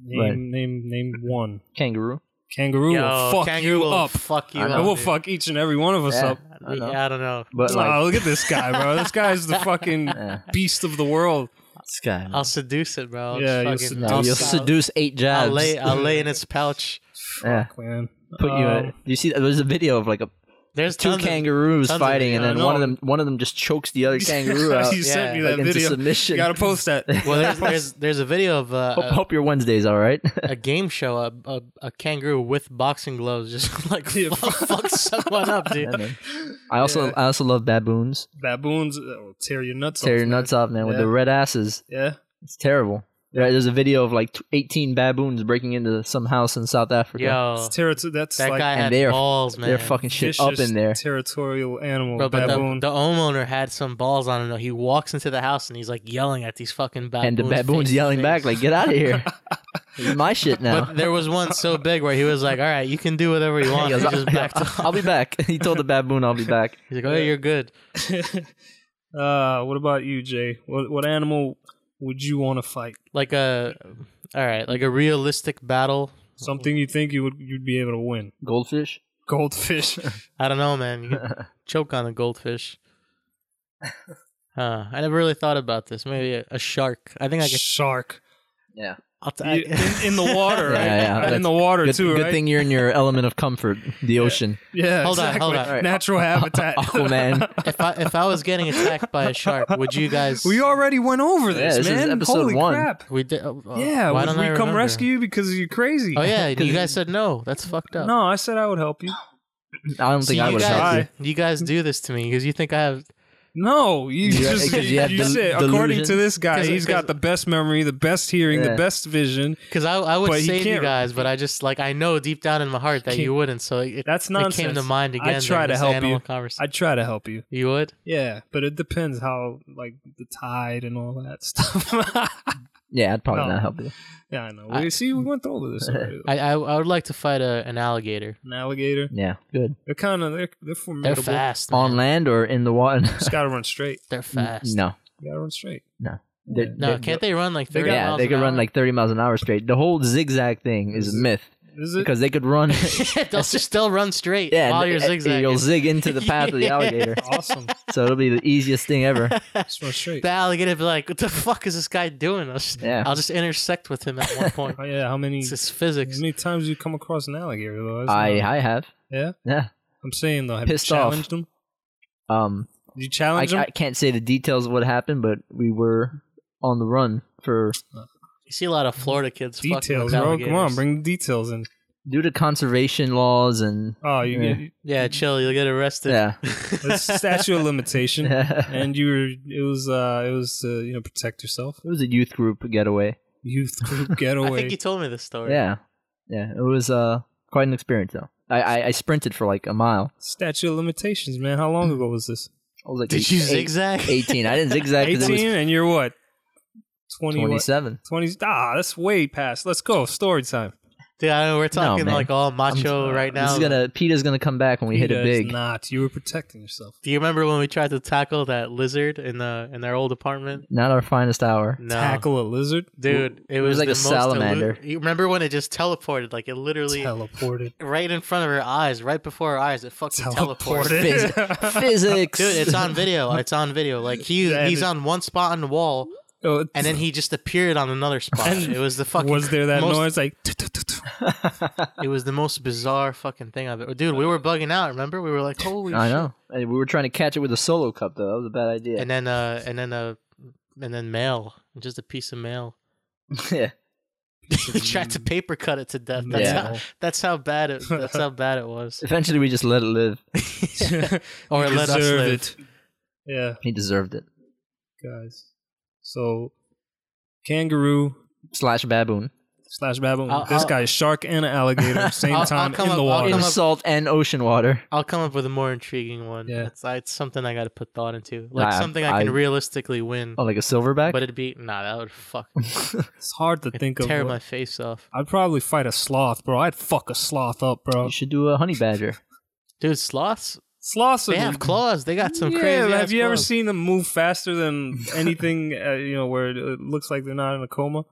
Name Right. name name one. Kangaroo. Kangaroo will fuck kangaroo you will up. Fuck you I up. know. I will dude. fuck each and every one of us Yeah, up. I know. Yeah, I don't know. But like, Aw, look at this guy, bro. *laughs* this guy's the fucking Yeah. beast of the world. this guy. I'll seduce it, bro. I'll Yeah, you'll just fucking- seduce No, I'll you'll sell- seduce eight I'll jabs. lay, I'll lay in its pouch. *laughs* yeah, Man, put you. Um, *laughs* in- you see, there's a video of like a There's two tons of- kangaroos tons of fighting, video. and then I one of know. them one of them just chokes the other kangaroo out. *laughs* You sent me like, that into video. submission. You gotta post that. Well, there's there's, there's a video of *laughs* uh, hope, a, hope your Wednesday's all right. *laughs* a game show, a, a, a kangaroo with boxing gloves, just *laughs* like fuck, fuck someone up, *laughs* dude. *laughs* I also Yeah. I also love baboons. *laughs* Baboons uh, will tear your nuts Tear off. your nuts off, man, with Yeah. the red asses. Yeah. It's terrible. There- There's a video of like tw- 18 baboons breaking into some house in South Africa. Yo, It's territory. That's Oh. that like guy and had they are- balls, man. they're fucking shit up vicious in there. Territorial animal. Bro, but the, baboon. the homeowner had some balls on him. Though. He walks into the house and he's like yelling at these fucking baboons. and the baboon's face to yelling face. back, like, get out of *laughs* here. this is my shit now. But there was one so big where he was like, "All right, you can do whatever you want." *laughs* He He goes, "Oh, just backed "I'll- off. I'll be back. He told the baboon, I'll be back. He's like, "Oh, you're good." *laughs* uh, what about you, Jay? What what animal would you want to fight? Like a, all right, like a realistic battle. Something you think you would you'd be able to win? *laughs* Goldfish? Goldfish. *laughs* I don't know, man. You *laughs* could choke on a goldfish. Huh. I never really thought about this. Maybe a, a shark. I think I could. Shark. Yeah. I'll t- You- in, in the *laughs* water, right? Yeah, yeah. And in the water good, too, Good right? thing you're in your element of comfort, the *laughs* ocean. yeah. Hold on, exactly. hold *laughs* on. Natural Oh, *laughs* habitat. Aquaman. *laughs* if I if I was getting attacked by a shark, would you *laughs* guys? We already went over Yeah, this, this is man. episode Holy one. crap. we did. oh, oh, Yeah, why would don't we I come remember? rescue you because you're crazy? *laughs* Oh yeah, you guys said no. That's fucked up. No, I said I would help you. I don't See, think I you would have helped you. guys, you guys do this to me because you think I have. No, you You got- just 'cause you you, had you del- said according to delusion? this guy, 'Cause- he's 'cause- got the best memory, the best hearing, Yeah. the best vision. Because I, I would But he save you can't- guys, but I just like I know deep down in my heart that Can't- you wouldn't. So it, That's it nonsense. came to mind again. I try during to this help animal you. Conversation. I try to help you. you would? Yeah, but it depends how like the tide and all that *laughs* stuff. Yeah, I'd probably No. not help you. yeah, I know. We I- see we went over this *laughs* already. I, I I would like to fight a, an alligator. An alligator. Yeah, good. They're kind of they're they're They're formidable. fast. On man. land or in the water? *laughs* Just gotta run straight. They're fast. no. You gotta run straight. They're- No, they're- can't they run like They thirty got- yeah, miles they an could run hour? like 30 miles an hour straight. The whole zigzag thing is a myth Is it? because they could run. *laughs* They'll just still run straight Yeah, while and- you're and zigzagging. *laughs* You'll zig into the path of the Yeah. alligator. *laughs* awesome. So it'll be the easiest thing *laughs* ever. Just run straight. The alligator be like, "What the fuck is this guy doing?" I'll just, Yeah. I'll just intersect with him at one *laughs* point. Oh, yeah, how many it's just how physics. many times you come across an alligator though? That's I not- I have. yeah. Yeah. I'm saying though, have you Pissed off. challenged them? Um Did you Oh, I, challenge them? I can't say the details of what happened, but we were on the run for You see a lot of Florida kids. fucking with details, bro. Come on, alligators. bring the details in. due to conservation laws and Oh, you Yeah. get Yeah, chill. You'll get arrested. yeah. it's statute of *laughs* limitation, *laughs* it and you were it was uh it was to you know protect yourself. was a youth group getaway. Youth *laughs* group I think getaway. you told me this story. Yeah. Yeah. It was uh quite an experience though. I, I, I sprinted for like a mile. statute of limitations, man. How long ago was this? I was like Did eight- you eight- zigzag? 18. I didn't zigzag because it Eighteen, was and you're what? Twenty. what? 27. 20 ah, that's way past. Let's go. Story time. Dude, I know we're talking man. like all macho I'm- right now. This is gonna Peter's gonna come back when we hit Peter it is big. Not. You were protecting yourself. Do you remember when we tried to tackle that lizard in the in our old apartment? Not our finest *laughs* hour. No. Tackle a lizard. Dude, it, It was, was like the a most salamander. illu- you remember when it just teleported? Like it literally Teleported. right in front of her eyes, right before her eyes, it fucking *laughs* teleported. *laughs* Phys- physics. *laughs* Dude, it's on video. It's on video. Like he Yeah, and he's it- on one spot on the wall, *laughs* Oh, and then he just appeared on another spot. And it was the fucking. was there that most- noise *laughs* like? *laughs* It was the most bizarre fucking thing I've ever. Dude, we were bugging out. Remember, we *laughs* were like, "Holy I shit!" know. Hey, we were trying to catch it with a solo cup though. That was a bad idea. And then, uh, and then, uh, and then mail, just a piece *laughs* of mail. *laughs* yeah. he tried to paper cut it to death. That's Yeah. how that's how bad it that's how bad it was. Eventually, we just let it live. *laughs* *laughs* Or it let us Deserve live. it. Yeah, He deserved it. guys. So, kangaroo Slash baboon. slash baboon. I'll- this I'll- guy is shark and an *laughs* alligator same I'll- I'll time come in the up- I'll water. In come up- salt and ocean water. I'll come up with a more intriguing one. Yeah. It's, uh, it's something I got to put thought into, like Nah, something I can I- realistically win. Oh, like a silverback. But it'd be nah, that *laughs* would fuck it's hard to think of. tear my what- face off, I'd probably fight a sloth, bro. I'd fuck a sloth up, bro. you should do a honey badger. dude. Sloths, Sloths. they are- have claws. They got some yeah, crazy. but ass have you ever claws. seen them move faster than anything? *laughs* uh, you know, where it uh, looks like they're not in a coma.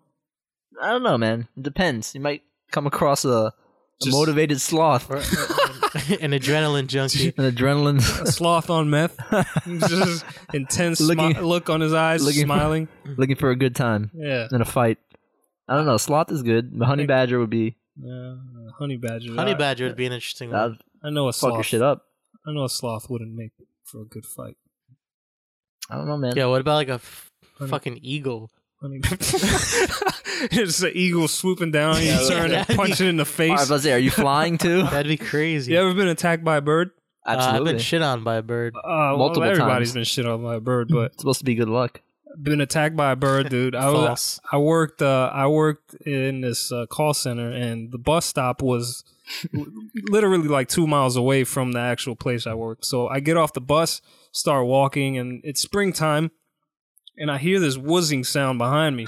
I don't know, man. It depends. You might come across a, a Just- motivated sloth, *laughs* Or- or- *laughs* *laughs* an adrenaline junkie? an adrenaline. *laughs* A *laughs* sloth on meth, *laughs* just intense smi- Looking- look on his eyes, looking for- smiling. looking for a good time yeah. in a fight. I don't know. Sloth is good. The honey Think- badger would be. Yeah, Uh, honey badger. Honey I- badger would be an interesting That one. would I know a fuck sloth. your shit up. I know a sloth wouldn't make it for a good fight. I don't know, man. Yeah, what about like a f- fucking eagle? *laughs* it's an eagle swooping down, you Yeah, turn and that'd punch be- it in the I was face. about to say, are you flying *laughs* too? That'd be crazy. You ever been attacked by a bird? Uh, I've been Absolutely. shit on by a bird. Uh, well, Multiple everybody's times. been shit on by a bird, but It's supposed to be good luck. been attacked by a bird, dude. I was False. I worked uh, I worked in this uh, call center, and the bus stop was literally like two miles away from the actual place I worked. So I get off the bus, start walking, and it's springtime, and I hear this whizzing sound behind me.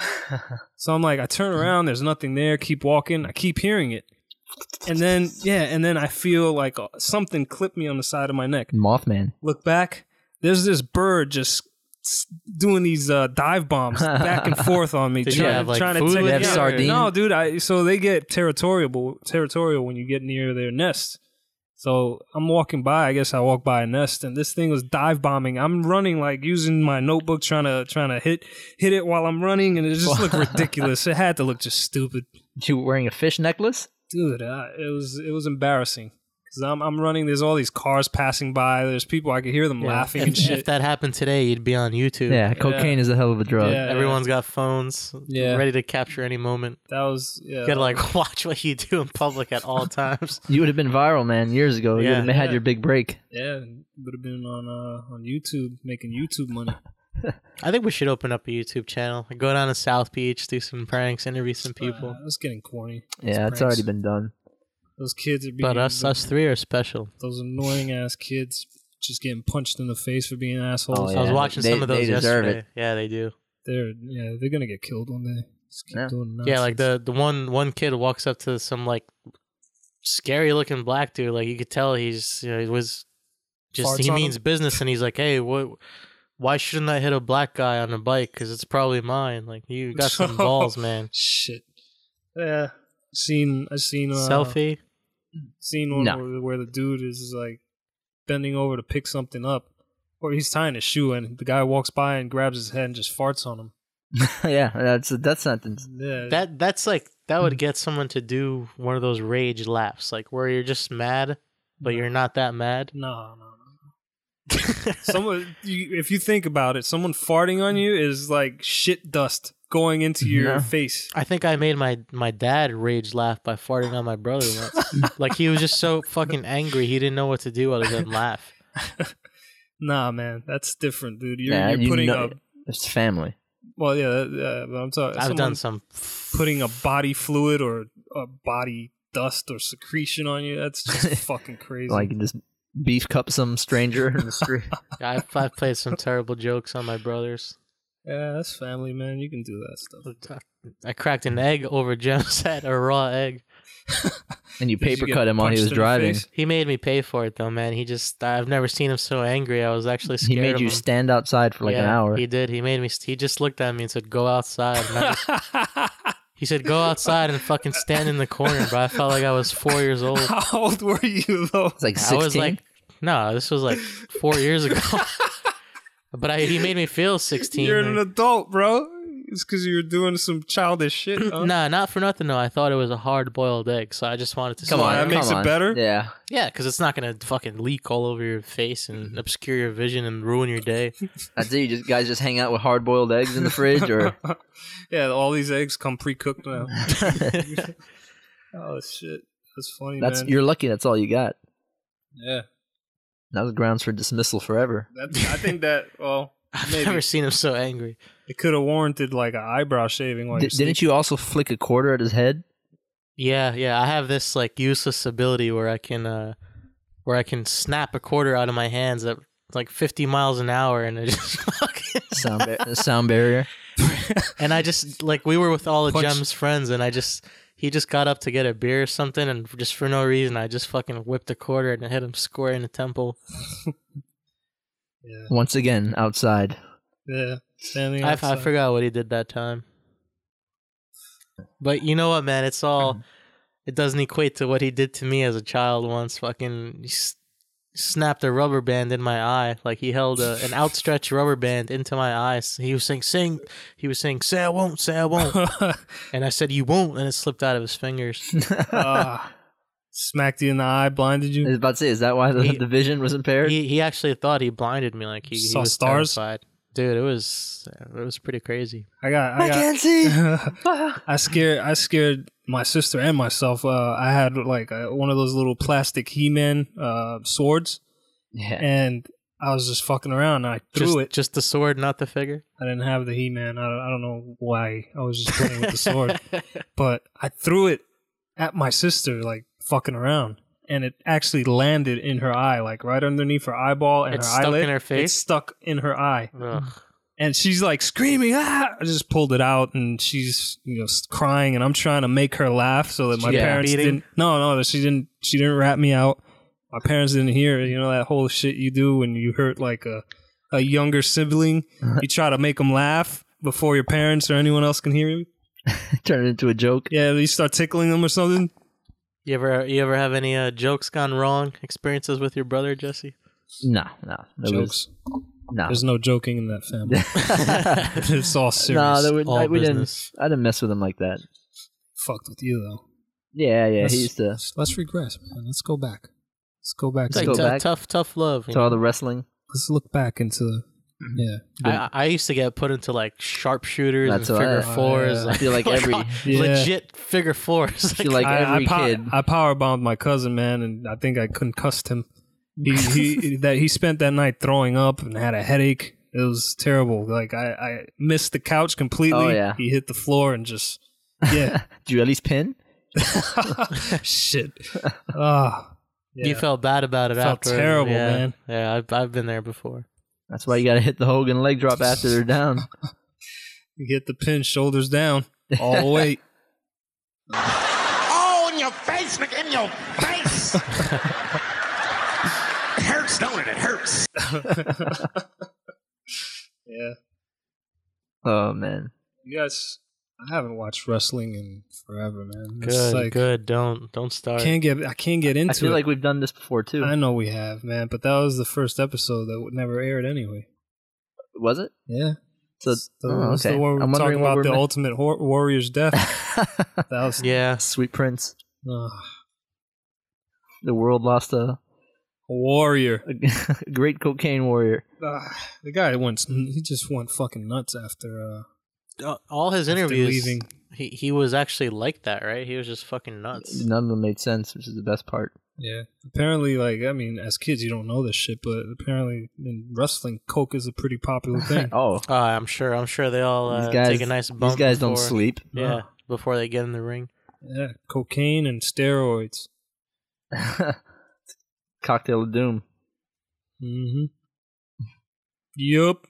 so I'm like, I turn around, there's nothing there. Keep walking, I keep hearing it, and then yeah, and then I feel like uh, something clip me on the side of my neck Mothman. look back. There's this bird just s- doing these uh, dive *laughs* bombs back and forth on me, Did you trying, have, like, trying to food take with me you, out. or- sardine? No, dude. I so they get territorial territorial when you get near their nest. So I'm walking by. I guess I walk by a nest, and this thing was dive bombing. I'm running like using my notebook, trying to trying to hit hit it while I'm running, and it just *laughs* looked ridiculous. It had to look just stupid, You wearing a fish necklace? dude. I, it was it was embarrassing because I'm I'm running. There's all these cars passing by. There's people. I could hear them Yeah. laughing If- *laughs* and shit. If that happened today, you'd be on YouTube. Yeah, cocaine is a hell of a drug. Yeah, Everyone's got phones, Yeah. ready to capture any moment. That was yeah. You gotta like *laughs* watch what you do in public at all times. You would have been viral, man, years ago. you Yeah. would have had your big break. yeah, would have been on uh, on YouTube making YouTube money. I think we should open up a YouTube channel. Go down to South Beach, do some pranks, interview some *laughs* people. That's getting corny. Those Yeah, it's pranks. already been done. *laughs* Those kids are being But us, us three are special. those annoying ass kids just getting punched in the face for being assholes. Oh, I was yeah, watching they- some of they those deserve yesterday. Yeah, they do. They're yeah, they're gonna get killed one day. Just keep Yeah. doing nonsense. Yeah, like the the one one kid walks up to some like scary looking black dude. Like you could tell he's you know, he was just Farts he on means business, and he's like, hey, what? Why shouldn't I hit a black guy on a bike? Because it's probably mine. Like you *laughs* got some balls, man. shit. Yeah, seen I seen uh, Selfie. seen one No. where, where the dude is like bending over to pick something up, or he's tying his shoe and the guy walks by and grabs his head and just farts on him. yeah, that's a death sentence. Yeah, That that's like that would get someone to do one of those rage laps, like where you're just mad, but you're not that mad. no, no, *laughs* someone you, if you think about it someone farting on you is like shit dust going into your Yeah. face I think I made my my dad rage laugh by farting on my brother *laughs* once. like he was just so fucking angry, he didn't know what to do other than laugh. nah man that's different dude you're, Nah, you're you putting know- a It's family. well yeah uh, but i'm talking I've done someone some. putting a body fluid or a body dust or secretion on you that's *laughs* just fucking crazy Like just beef cup some stranger in *laughs* the street. I've, I've played some terrible jokes on my brothers. yeah that's family man you can do that stuff I cracked an egg over *laughs* Jim's head, a raw egg. and you Did you paper get cut him while punched he was in the driving. face? *laughs* He made me pay for it though, man. He just I've never seen him so angry. I was actually He scared. made of you him. stand outside for like an Yeah, hour. He did. He made me. He just looked at me and said, "Go outside." And I just, *laughs* he said, "Go outside and fucking stand in the corner, bro." I felt like I was four *laughs* years old. how old were you though It's like I was sixteen. like, "No, this was like four years *laughs* ago." but I, he made me feel sixteen. you're like- an adult bro it's because you were doing some childish shit huh? *clears throat* Nah, not for nothing though. I thought it was a hard boiled egg, so I just wanted to. come see on, it. that makes come it on. better? Yeah, Yeah, because it's not gonna fucking leak all over your face and obscure your vision and ruin your *laughs* day. that's it. You just guys just hang out with hard boiled eggs in the *laughs* fridge, or yeah, all these eggs come pre-cooked now. oh shit, that's funny, that's man. you're lucky. That's all you got. yeah, That was grounds for dismissal forever. that, I think that well, I've Maybe. never seen him so angry. it could have warranted like an eyebrow shaving. While D- you're didn't you also flick a quarter at his head? Yeah, yeah. I have this like useless ability where I can uh where I can snap a quarter out of my hands at like fifty miles an hour and it *laughs* just fucking Sound bar- *laughs* sound barrier. and I just like we were with all of Punch. Jem's friends and I just he just got up to get a beer or something and just for no reason I just fucking whipped a quarter and it hit him square in the temple. sleeping? Once again, outside. yeah, yeah, standing. I, I outside. forgot what he did that time. But you know what, man? It's Mm-hmm. all. It doesn't equate to what he did to me as a child once. Fucking he s- snapped a rubber band in my eye. Like he held a, *laughs* an outstretched rubber band into my eyes. He was saying, "Sing." He was saying, "Say I *laughs* won't. Say I won't." and I said, "You won't," and it slipped out of his fingers. Ah, smacked you in the eye, blinded you. I was about to say, is that why the, He- the vision was impaired? He he actually thought he blinded me. Like he, he Saw was stars? terrified. Dude, it was it was pretty crazy. I got. I, I got, can't *laughs* see. I scared. I scared my sister and myself. Uh, I had like uh one of those little plastic He-Man uh, swords, yeah. *laughs* and I was just fucking around. And I threw Just, it. just the sword, not the figure. I didn't have the He-Man. I, don't- I don't know why. I was just playing with the sword, but I threw it at my sister, like fucking around, and it actually landed in her eye, like right underneath her eyeball and It's her stuck eyelid. in her face? It's stuck in her eye, *laughs* Ugh. and she's like screaming. Ah! I just pulled it out, and she's you know s- crying, and I'm trying to make her laugh so that my Yeah. parents Beating? didn't. No, no, that she didn't. She didn't rat me out. My parents didn't hear. it. You know that whole shit you do when you hurt like a a younger sibling. Uh-huh. You try to make them laugh before your parents or anyone else can hear you. Turn it into a joke. Yeah, you start tickling them or something. You ever you ever have any uh, jokes gone wrong experiences with your brother Jesse? No, no. There Jokes. no. *laughs* There's *laughs* no joking in that family. *laughs* it's all Was, serious. no, there were, all I, we business. didn't. I didn't mess with him like that. Fucked with you though. Yeah, yeah. Let's- he used to Let's regress, man. Let's go back. Let's go back. It's to like go tou- back. tough tough love. you to all know? *laughs* the wrestling. Let's look back into Mm-hmm. yeah. I, I used to get put into like sharpshooters and That's what I- figure Oh, fours. *laughs* *laughs* I feel like oh every- Yeah. legit figure fours. feel like every pow- kid. I power bombed my cousin, man, and I think I concussed him. *laughs* He, he that he spent that night throwing up and had a headache. It was terrible. Like I, I missed the couch completely. Oh, yeah. He hit the floor and just *laughs* yeah, *laughs* Do you at least pin? shit. Ah, You felt bad about it Felt afterwards. terrible, yeah. man. Yeah, I've, I've been there before. That's why you got to hit the Hogan *laughs* leg drop after they're down. you get the pin, shoulders down, all the *laughs* way. Oh, in your face, Nick, in your face. *laughs* it hurts, don't it? It hurts. Yeah, Oh man. you guys. I haven't watched wrestling in forever, man. It's Good, like, good. Don't don't start. Can't get. I can't get into I feel it. like we've done this before too. I know we have, man, but that was the first episode that never aired anyway. Was it? Yeah. So The, oh, it's okay. the one we I'm were talking wondering what about we're the mi- Ultimate Hor- Warrior's death. *laughs* that was. Yeah, Sweet Prince. ugh. The world lost a, a warrior. a *laughs* great cocaine warrior. Ugh. the guy went. He just went fucking nuts after. Uh, Uh, All his After interviews, leaving. he he was actually like that, right? He was just fucking nuts. None of them made sense, which is the best *clears throat* part. yeah. Apparently, like I mean, as kids, you don't know this shit, but apparently, in wrestling, coke is a pretty popular *laughs* thing. Oh, Uh, I'm sure. I'm sure they all uh, these guys. take a nice bump. these guys don't before- sleep. Yeah, before they get in the ring. yeah, cocaine and steroids. *laughs* Cocktail of *laughs* doom. Mm-hmm. Yup.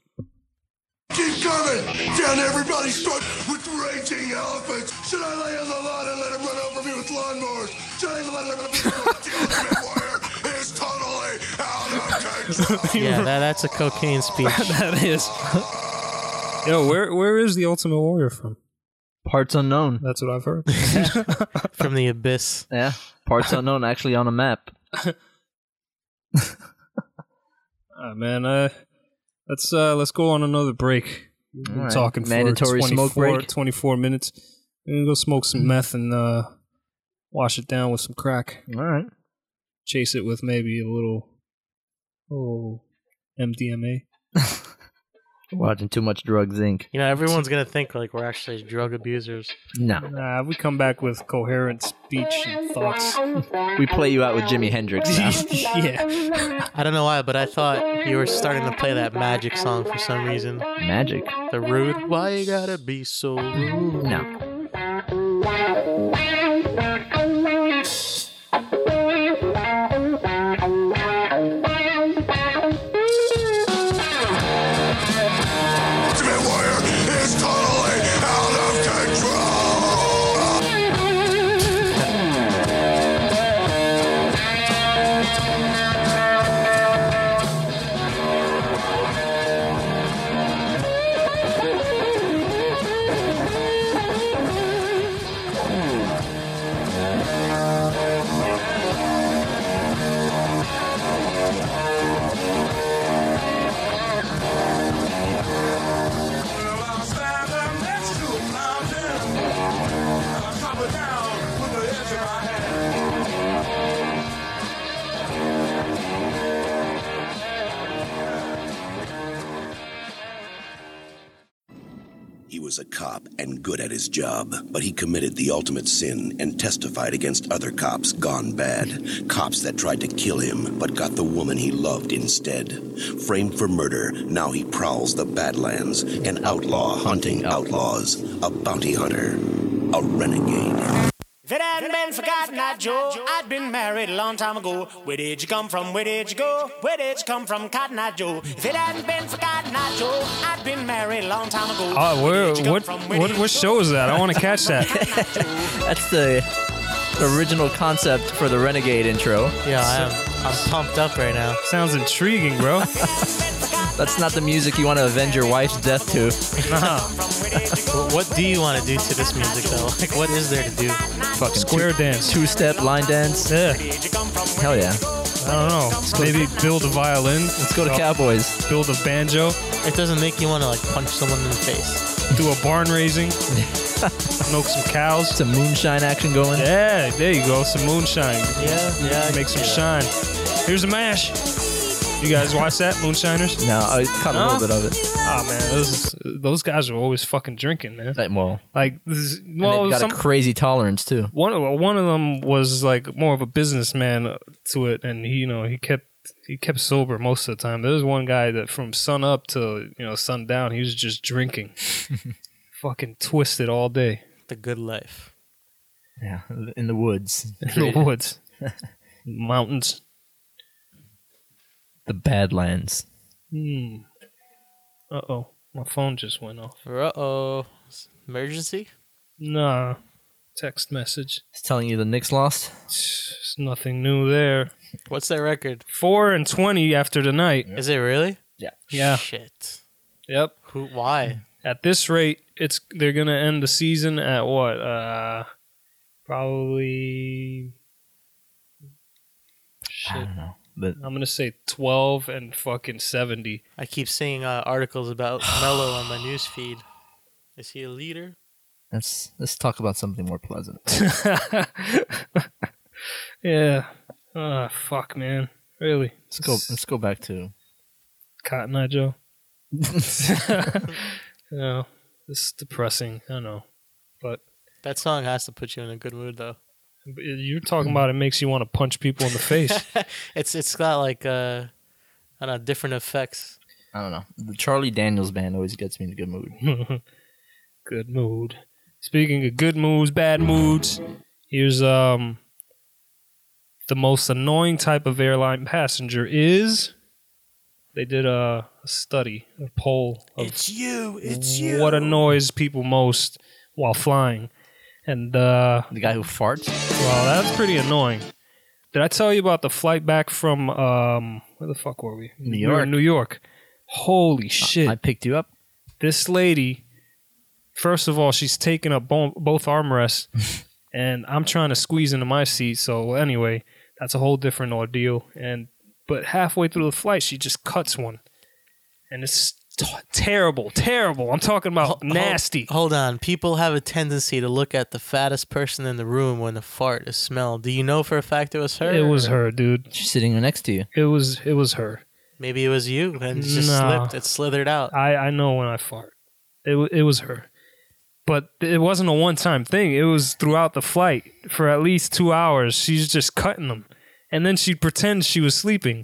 Keep coming! Down everybody's throat with raging elephants! Should I lay on the lawn and let him run over me with lawnmowers? Should I even let him run over me with the ultimate warrior? Is totally out of control! *laughs* Yeah, that, that's a cocaine *laughs* speech. that is. Yo, where where is the Ultimate Warrior from? Parts unknown. That's what I've heard. from the abyss. Yeah, parts unknown. Actually on a map. Ah man, uh, let's uh, let's go on another break. We've been All right. talking Mandatory for 24, smoke break. 24 minutes. We're gonna go smoke some meth and uh, wash it down with some crack. All right. Chase it with maybe a little, oh, MDMA. Watching too much drug zinc. You know, everyone's gonna think like we're actually drug abusers. No, Nah, we come back with coherent speech and thoughts. we play you out with Jimi *laughs* Hendrix. now. *laughs* yeah, I don't know why, but I thought you were starting to play that magic song for some reason. Magic. The rude. Why you gotta be so rude? No. ultimate warrior is totally out of control! He was a cop and good at his job, but he committed the ultimate sin and testified against other cops gone bad. Cops that tried to kill him, but got the woman he loved instead. Framed for murder, now he prowls the Badlands, an outlaw hunting outlaws, a bounty hunter, a renegade. If it hadn't been for Cotton Eye Joe, I'd been married a long time ago. Where did you come from? Where did you go? Where did you come from, Cotton Eye Joe? If it hadn't been for Cotton Eye Joe, I'd been married a long time ago. Oh, Where where, did you come what, from? Where what, did what you show is that? I want to catch that. That's the original concept for the Renegade intro. Yeah, I am. I'm pumped up right now. Sounds intriguing, bro. That's not the music you want to avenge your wife's death to. But what do you want to do to this music though? *laughs* Like, what is there to do? Fucking square dance, two-step line dance. Yeah. Hell yeah. I don't know. Maybe build a violin. Let's go to Cowboys. Build a banjo. It doesn't make you want to like punch someone in the face. Do a barn raising. Milk some cows. Some moonshine action going. Yeah, there you go. Some moonshine. Yeah, yeah, I Make some can see shine. Here's a mash. You guys watch that, *laughs* Moonshiners? No, I caught a little bit of it. Ah man, those those guys are always fucking drinking, man. Like, well, Like, this is, and well, they've got some, a crazy tolerance too. one of one of them was like more of a businessman uh, to it, and he you know he kept he kept sober most of the time. There was one guy that from sun up to you know sundown, he was just *laughs* drinking, fucking twisted all day The good life. Yeah, in *laughs* the woods. in the woods, mountains. The Badlands. Hmm. Uh oh, my phone just went off. Uh oh, emergency. Nah, text message. It's telling you the Knicks lost. There's nothing new there. What's their record? Four and twenty after tonight. Is it really? Yeah. Yeah. Shit. Yep. Who? Why? at this rate, it's they're gonna end the season at what? Uh, probably. Shit. I don't know, but I'm gonna say twelve and fucking seventy. *laughs* I keep seeing uh, articles *sighs* about Mello on my news feed. Is he a leader? let's let's talk about something more pleasant. *laughs* Yeah. Ah, fuck, man. Really. Let's go. Let's go back to Cotton Eye Joe. *laughs* no, this is depressing. I know, but That song has to put you in a good mood though. you're talking about it makes you want to punch people in the face. *laughs* *laughs* It's it's got like uh, I don't know, different effects. I don't know. The Charlie Daniels band always gets me in a good mood. good mood. Speaking of good moods, bad moods, here's um the most annoying type of airline passenger is they did a, a study, a poll of you. what annoys people most while flying. And uh The guy who farts. well, that's pretty annoying. Did I tell you about the flight back from um where the fuck were we? New We were in York. Uh, New York. Holy shit I picked you up. this lady, first of all, she's taking up bo- both armrests, *laughs* and I'm trying to squeeze into my seat. So anyway, that's a whole different ordeal. And but halfway through the flight, she just cuts one, and it's t- terrible, terrible. I'm talking about Oh, nasty. Hold on. People have a tendency to look at the fattest person in the room when the fart is smelled. Do you know for a fact it was her? It was her, dude. She's sitting next to you. *laughs* It was it was her. Maybe it was you and it just No. slipped. It slithered out. I I know when I fart. It wa- it was her. But it wasn't a one time thing. It was throughout the flight for at least two hours. She's just cutting them, and then she'd pretend she was sleeping.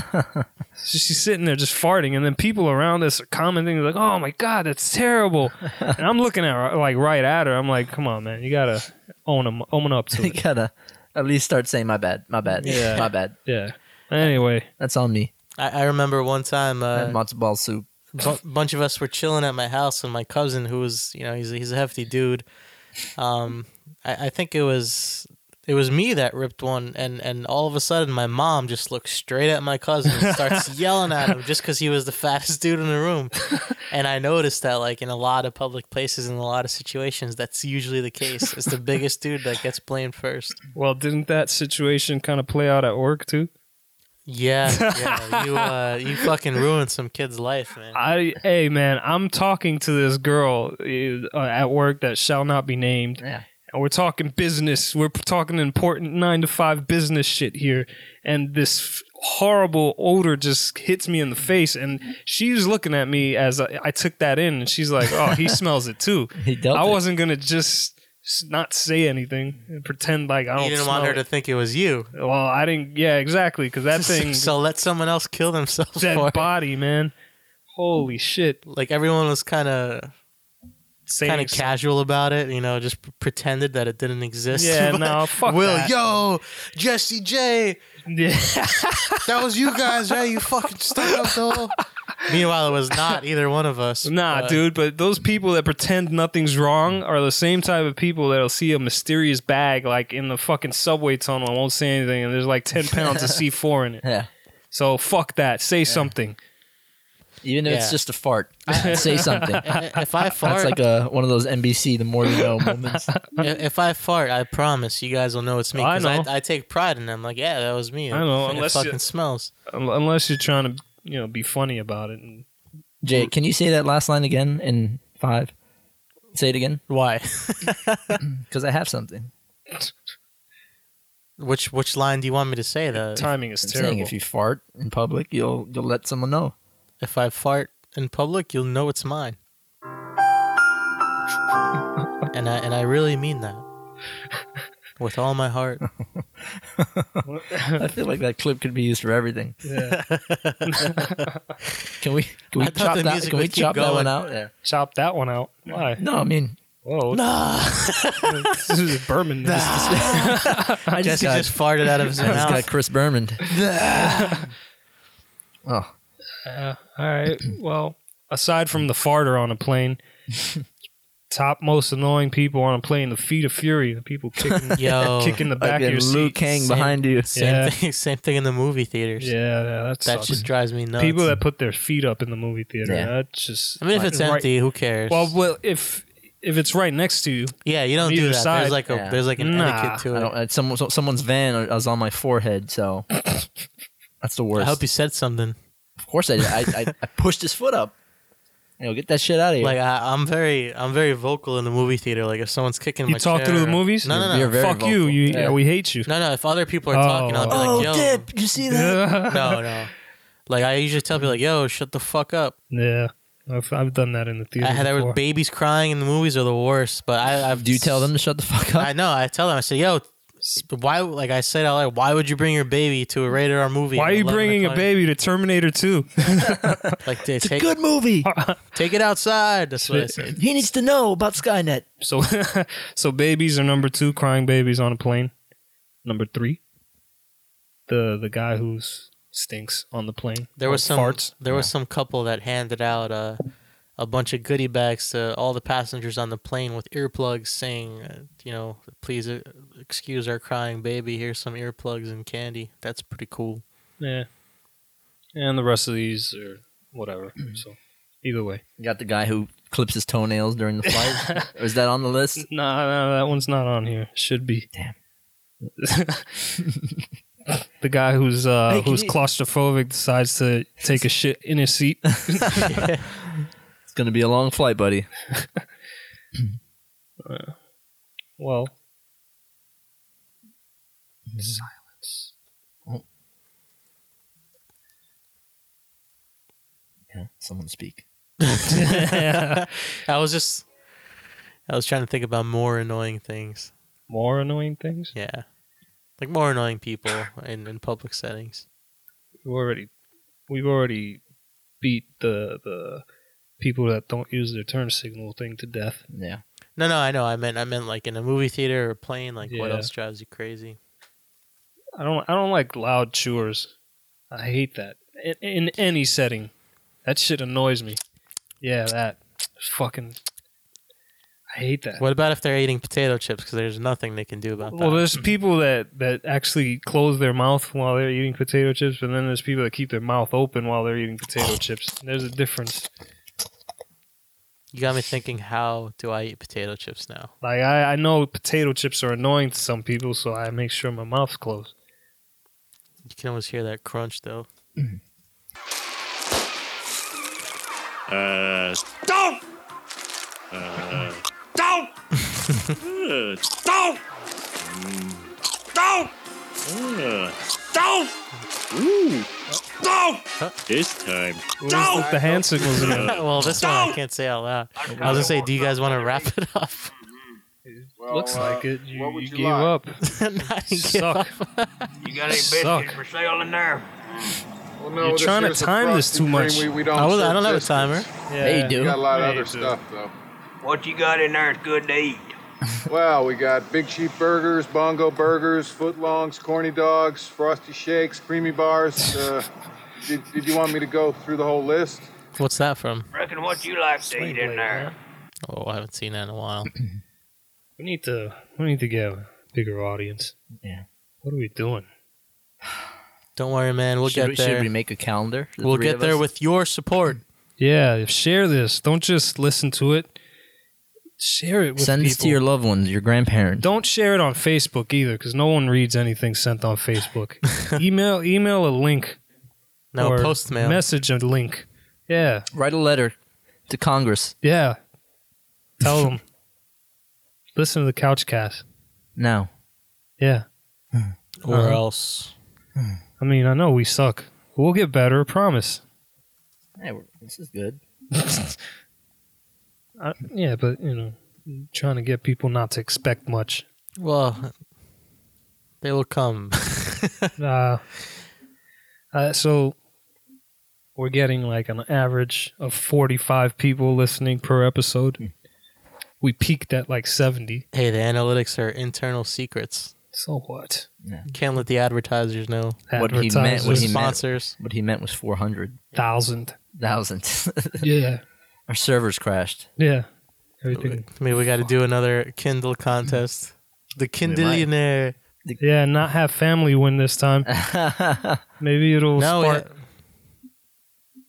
so she's sitting there just farting, and then people around us are commenting like, "Oh my god, that's terrible!" and I'm looking at her like right at her. I'm like, "Come on, man, you gotta own 'em- own up to You *laughs* it." gotta at least start saying my bad, my bad, Yeah. my bad. yeah. Anyway, That's on me. I, I remember one time I uh, had matzo ball soup. bu- bunch of us were chilling at my house, and my cousin, who was you know he's he's a hefty dude, um, I, I think it was it was me that ripped one, and and all of a sudden my mom just looks straight at my cousin and starts yelling at him just because he was the fattest *laughs* dude in the room, and I noticed that like in a lot of public places in a lot of situations that's usually the case. It's the biggest *laughs* dude that gets blamed first. well, didn't that situation kind of play out at work too? Yeah, yeah, you uh, you fucking ruined some kid's life, man. I hey man, I'm talking to this girl uh, at work that shall not be named. Yeah. and we're talking business. We're p- talking important nine to five business shit here. And this f- horrible odor just hits me in the face. And she's looking at me as I, I took that in, and she's like, "Oh, *laughs* he smells it too." He dealt I it. wasn't gonna just s- not say anything and pretend like I don't. You didn't want smell her it. to think it was you. Well, I didn't. Yeah, exactly. Because *laughs* that thing, so let someone else kill themselves. Dead for it. body, man. Holy shit! Like everyone was kind of. Saying Kind of ex- casual about it, you know, just p- pretended that it didn't exist. *laughs* Yeah, But no, fuck Will, that. yo, Jesse J, that was you guys, right? You fucking stuck up the whole. *laughs* Meanwhile, it was *laughs* not either one of us. *laughs* Nah, but- dude, but those people that pretend nothing's wrong are the same type of people that'll see a mysterious bag like in the fucking subway tunnel and won't say anything, and there's like 10 *laughs* pounds of C4 in it. Yeah. So fuck that. Say something. Even if Yeah. it's just *laughs* a fart, say something. If *laughs* I that's fart- like a one of those NBC the more you know moments. I- if I fart, I promise you guys will know it's me. Oh, I 'cause know. I, take pride in them. Like, yeah, that was me. I know, It unless fucking you- smells. Un- Unless you're trying to, you know, be funny about it. And Jay, can you say that last line again in five? Say it again. Why? Because I have something. *laughs* Which which line do you want me to say? The timing is I'm saying if you fart in public, you'll you'll let *laughs* someone know. If I fart in public, you'll know it's mine. and I and I really mean that with all *laughs* my heart. I feel like that clip could be used for everything. Yeah. *laughs* Can we can we I thought chop the that? music Can we would keep chop that one going. out? Yeah. Chop that one out. Why? No, I mean. Whoa. Nah. this is *laughs* Berman. This I Jesse just farted out of *laughs* his I just mouth. got Chris Berman. *laughs* oh, Uh, all right. Well, aside from the farter on a *laughs* plane, top most annoying people on a plane, the feet of fury, the people *laughs* kicking, Yo, kicking the back of your Liu seat. Kang Same- behind you. *laughs* Same Yeah. thing. Same thing in the movie theaters. Yeah, yeah, that that sucks. just drives me nuts. People that put their feet up in the movie theater, Yeah. that just. I mean, if like, it's right- empty, who cares? Well, well, if if it's right next to you, yeah, you don't on do either that. Side, There's like a Yeah. there's like an Nah. etiquette to I it. don't, it's someone, so- someone's van was on my forehead, *laughs* so that's the I worst. hope you said something. Of course, I, did. I, I, I pushed his foot up. You know, get that shit out of here. Like I, I'm very, I'm very vocal in the movie theater. Like if someone's kicking, you my talk chair, through the movies. No, no, no. You're very Fuck you. you Yeah. We hate you. No, no. If other people are Oh. talking, I'll be like, oh, yo. dip! You see that? *laughs* no, no. Like I usually tell people, like, yo, shut the fuck up. *laughs* Yeah, I've, I've done that in the theater. I had there were before. babies crying in the movies are the worst, but I I've, Do you tell them to shut the fuck up? I know. I tell them. I say, yo, why? Like I said, I like, why would you bring your baby to a rated R movie? Why at are you 11 bringing a o'clock? baby to Terminator Two? *laughs* Like they take Good movie. take it outside. That's what I say. he needs to know about Skynet. So, *laughs* so babies are number two, crying babies on a plane. Number three, the the guy who's stinks on the plane. There Or was some Oh, farts. there was some couple that handed out uh, a bunch of goodie bags to all the passengers on the plane with earplugs, saying, uh, you know, please uh, excuse our crying baby. Here's some earplugs and candy. That's pretty cool. Yeah, and the rest of these are whatever. Mm-hmm. so, either way, You got the guy who clips his toenails during *laughs* the flight. Or Is that on the list? no, no, that one's not on here. Should be. Damn. *laughs* the guy who's uh, Hey, can who's you- claustrophobic decides to take a shit in his seat. *laughs* It's gonna be a long flight, buddy. well, Yeah, someone speak. *laughs* I was just I was trying to think about more annoying things. more annoying things. Yeah, like more annoying people in in public settings. we've already we've already beat the the people that don't use their turn signal thing to death. Yeah. No, no, I know. I meant I meant like in a movie theater or a plane. Like what Yeah. else drives you crazy? I don't I don't like loud chewers. I hate that in, in any setting. That shit annoys me. Yeah, that fucking. I hate that. What about if they're eating potato chips? Because there's nothing they can do about Well, that. there's people that, that actually close their mouth while they're eating potato chips, and then there's people that keep their mouth open while they're eating *sighs* potato chips. There's a difference. You got me thinking. How do I eat potato chips now? Like I, I know potato chips are annoying to some people, so I make sure my mouth's closed. You can always hear that crunch though. Uh, don't. Uh, don't. Uh, This time. Don't! The hand *laughs* signals in there. well, this one I can't say out loud. I was gonna say, do you guys want to wrap it up? *laughs* Looks like it. You, uh, would you you gave like? *laughs* up. I didn't give Suck. up. You got any Suck. biscuits for sale in there? Well, You're this trying to here's the time this frosty too cream. much. We, we I was- I serve don't have a biscuits. timer. Yeah, Uh, Yeah, you do. We got a lot Yeah, of you other do. stuff though. What you got in there is good to eat. Well, we got Big Chief burgers, Bongo burgers, footlongs, corny dogs, frosty shakes, creamy bars. Uh, did, did you want me to go through the whole list? What's that from? Reckon what you like to eat in there. Oh, I haven't seen that in a while. We need to. We need to get a bigger audience. Yeah. What are we doing? Don't worry, man. We'll Should get we- should there. we make a calendar, the We'll three get of there us? with your support. Yeah. Share this. Don't just listen to it. Share it. With Send this to people. your loved ones, your grandparents. Don't share it on Facebook either, because no one reads anything sent on *laughs* Facebook. email email a link. No, or post mail. Message a link. Yeah. Write a letter to Congress. Yeah. Tell *laughs* them. Listen to the couch cast. Now. Yeah. Or Uh-huh. else. I mean, I know we suck. We'll get better, promise. Hey, we're- this is good. I, yeah, but you know, trying to get people not to expect much. Well, they will come. uh, uh, so we're getting like an average of 45 people listening per episode. We peaked at like 70. hey, the analytics are internal secrets. So what? Can't let the advertisers know. *laughs* What he meant, what he sponsors. meant, what he meant was 400. Thousand. Thousand. *laughs* Yeah. Our servers crashed. *laughs* Yeah. Everything. Maybe we got to do another Kindle contest. The Kindleionaire. Yeah, not have family win this time. Maybe it'll No, spark,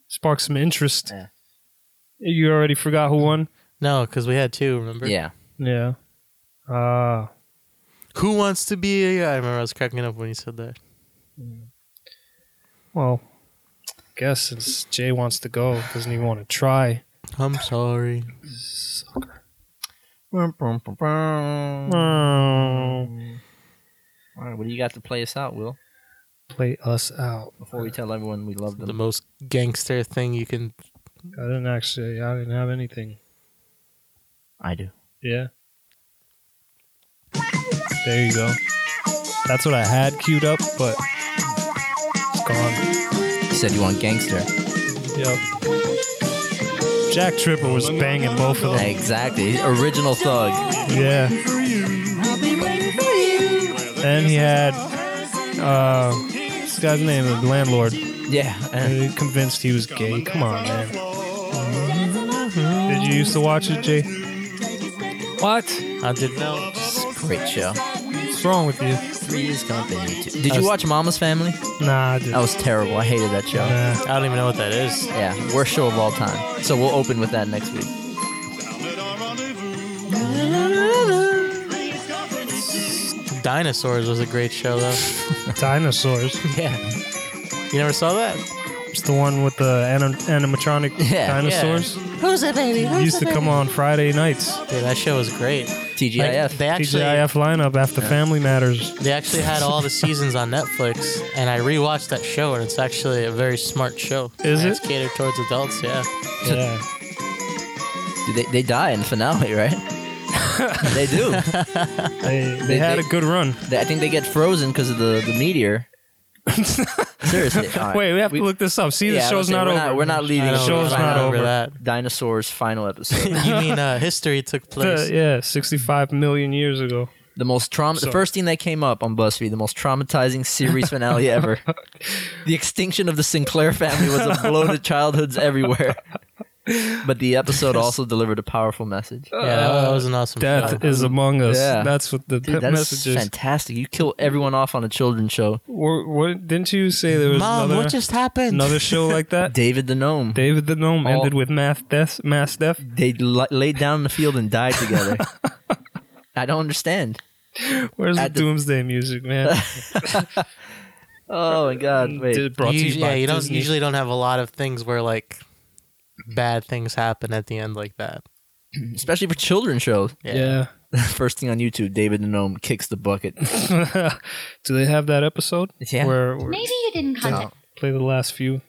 spark some interest. You already forgot who won? No, because we had two. Remember? Yeah. Yeah. Uh, Who wants to be? a- I remember I was cracking up when you said that. well, I guess since Jay wants to go, doesn't even want to try. I'm sorry. All right, what do you got to play us out, Will? Play us out. Before we tell everyone we love them. The most gangster thing you can. I didn't actually, I didn't have anything. I do. Yeah. There you go. That's what I had queued up, but it's gone. You said you want gangster. Yep. Jack Tripper was banging both Oh. of them. Exactly. Original *laughs* thug. Yeah. And he had uh, this guy's name, the landlord. Yeah. And he convinced he was gay. Come on, man. Did you used to watch it, Jay? What? I didn't know. Great show. What's wrong with you? Three years gone to YouTube. I Did you was- watch Mama's Family? Nah, I didn't. That was terrible. I hated that show. Nah. I don't even know what that is. Yeah, worst show of all time. So we'll open with that next week. Dinosaurs was a great show though. Dinosaurs. *laughs* Yeah. You never saw that? It's the one with the anim- *laughs* animatronic dinosaurs. Who's a baby? It used to come on Friday nights. Yeah, that show was great. TGIF. Like, they actually TGIF lineup after Family *laughs* Matters. they actually had all the seasons on Netflix, and I rewatched that show, and it's actually a very smart show. Is And it? It's catered towards adults. Yeah. Yeah. Dude, They, they die in the finale, *laughs* right? they *laughs* do. they, had a good run. I think they get frozen because of the, the *laughs* meteor. Seriously. all right. Wait, we have to look this up. See, Yeah, the I show's was gonna not say, over. we're Not, we're not leaving. The until we show's find not out over. that. Dinosaurs final episode. you *laughs* mean uh, history took place? The- yeah, 65 million years ago. The most trauma. The So- first thing that came up on BuzzFeed, the most traumatizing series finale ever. the extinction of the Sinclair family was a blow to childhoods everywhere. But the episode also delivered a powerful message. Yeah, that wa- that was an awesome Death show. is among us. Yeah. That's what the Dude, Dude, that is message is. fantastic. You kill everyone off on a children's show. Wha- what- didn't you say there was Mom, another, what just happened? another show like that? David the Gnome. David the Gnome All- ended with math death, mass death. They li- laid down in the field and died together. I don't understand. Where's the At the- doomsday music, man? Oh my god! *laughs* Wait. Did- brought to You- you yeah, by you don't Disney. usually don't have a lot of things where like bad things happen at the end like that. Especially for children's shows. Yeah. *laughs* *laughs* First thing on YouTube, David the Gnome kicks the bucket. Do they have that episode? Yeah. Where, where Maybe you didn't play the last few?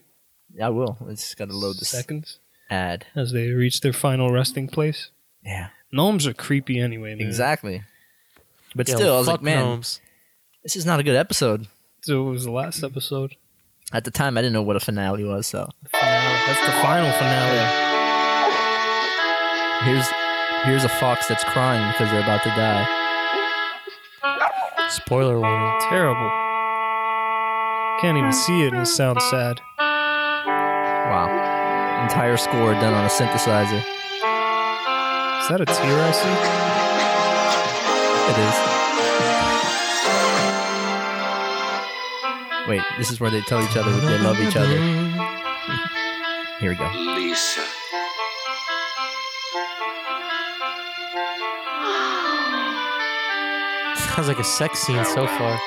I will. It's got to load the seconds ad. as they reach their final resting place. Yeah. Gnomes are creepy anyway, man. Exactly. But Yo, still, I was fuck like, man, *laughs* gnomes. this is not a good episode. So it was the last episode. At the time, I didn't know what a finale was. So That's the final finale. here's here's a fox that's crying because they're about to die. Spoiler warning. Terrible. Can't even see it and it sounds sad. Wow. Entire score done on a synthesizer. Is that a tear I see? It is. Wait, this is where they tell each other that they love each other. Here we go. Lisa. Sounds like a sex scene so far.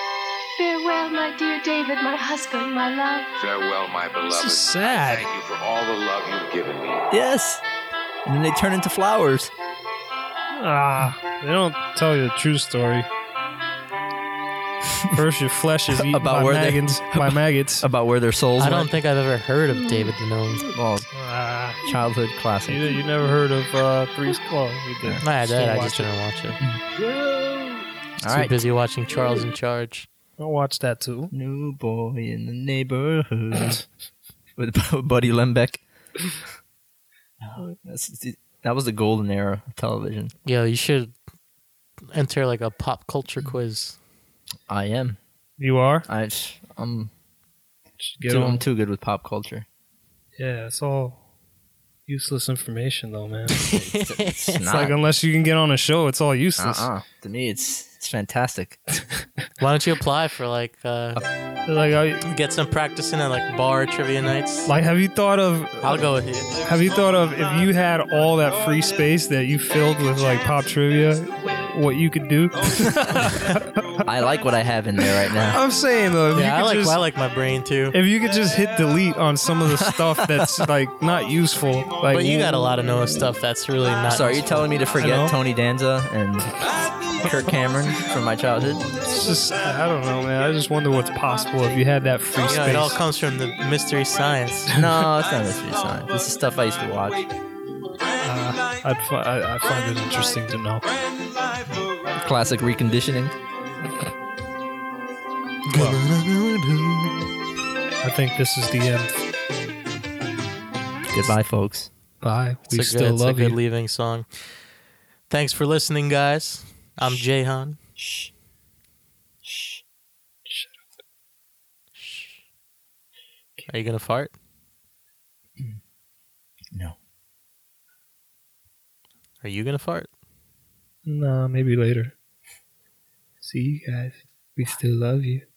Farewell, my dear David, my husband, my love. Farewell, my beloved. This is sad. I thank you for all the love you've given me. Yes. And then they turn into flowers. Ah, they don't tell you the true story. First, your flesh *laughs* is eaten About by, where they- *laughs* maggots, by maggots. About where their souls I don't went. Oh, think I've ever heard of David the Gnome. Well, Ah, childhood classic. you, you never heard of uh, Three's Claw? You did. Nah, I Still did. I watch just it. didn't watch it. Too All right. busy watching Charles in Charge. I'll watch that too. New boy in the *clears throat* neighborhood with *laughs* Bu- Buddy Lembeck. That's- that was the golden era of television. Yeah, you should enter like a pop culture quiz. I am. You are. I, I'm. get too, on. I'm too good with pop culture. Yeah, it's all useless information, though, *laughs* man. it's *laughs* It's, like not. unless you can get on a show, it's all useless. uh-uh. To me, it's it's fantastic. Uh-uh. Why don't you apply for like uh, *laughs* Like, I, get some practice in at like bar trivia nights? like, have you thought of? I'll go with you. Have you thought of if you had all that free space that you filled with like pop trivia, what you could do? I like what I have in there right *laughs* now. I'm saying though, if you Yeah, I could like just, I like my brain too. if you could just hit delete on some of the stuff that's like not useful, like but you got a lot of Noah stuff that's really not. Sorry, you're telling me to know. forget Tony Danza and Kirk Cameron from my *laughs* childhood? It's just I don't know, man. I just wonder what's possible if you had that free You know, space. it all comes from the mystery science. No, it's not mystery science. This is stuff I used to watch. Uh, I'd fi- I, I find it interesting to know. Classic reconditioning. I think this is the end. Goodbye, folks. Bye. It's we a good, still it's love a good you. leaving song. Thanks for listening, guys. I'm Jayhan. Are you gonna fart? No. Are you gonna fart? Nah, maybe later. See you guys. We still love you.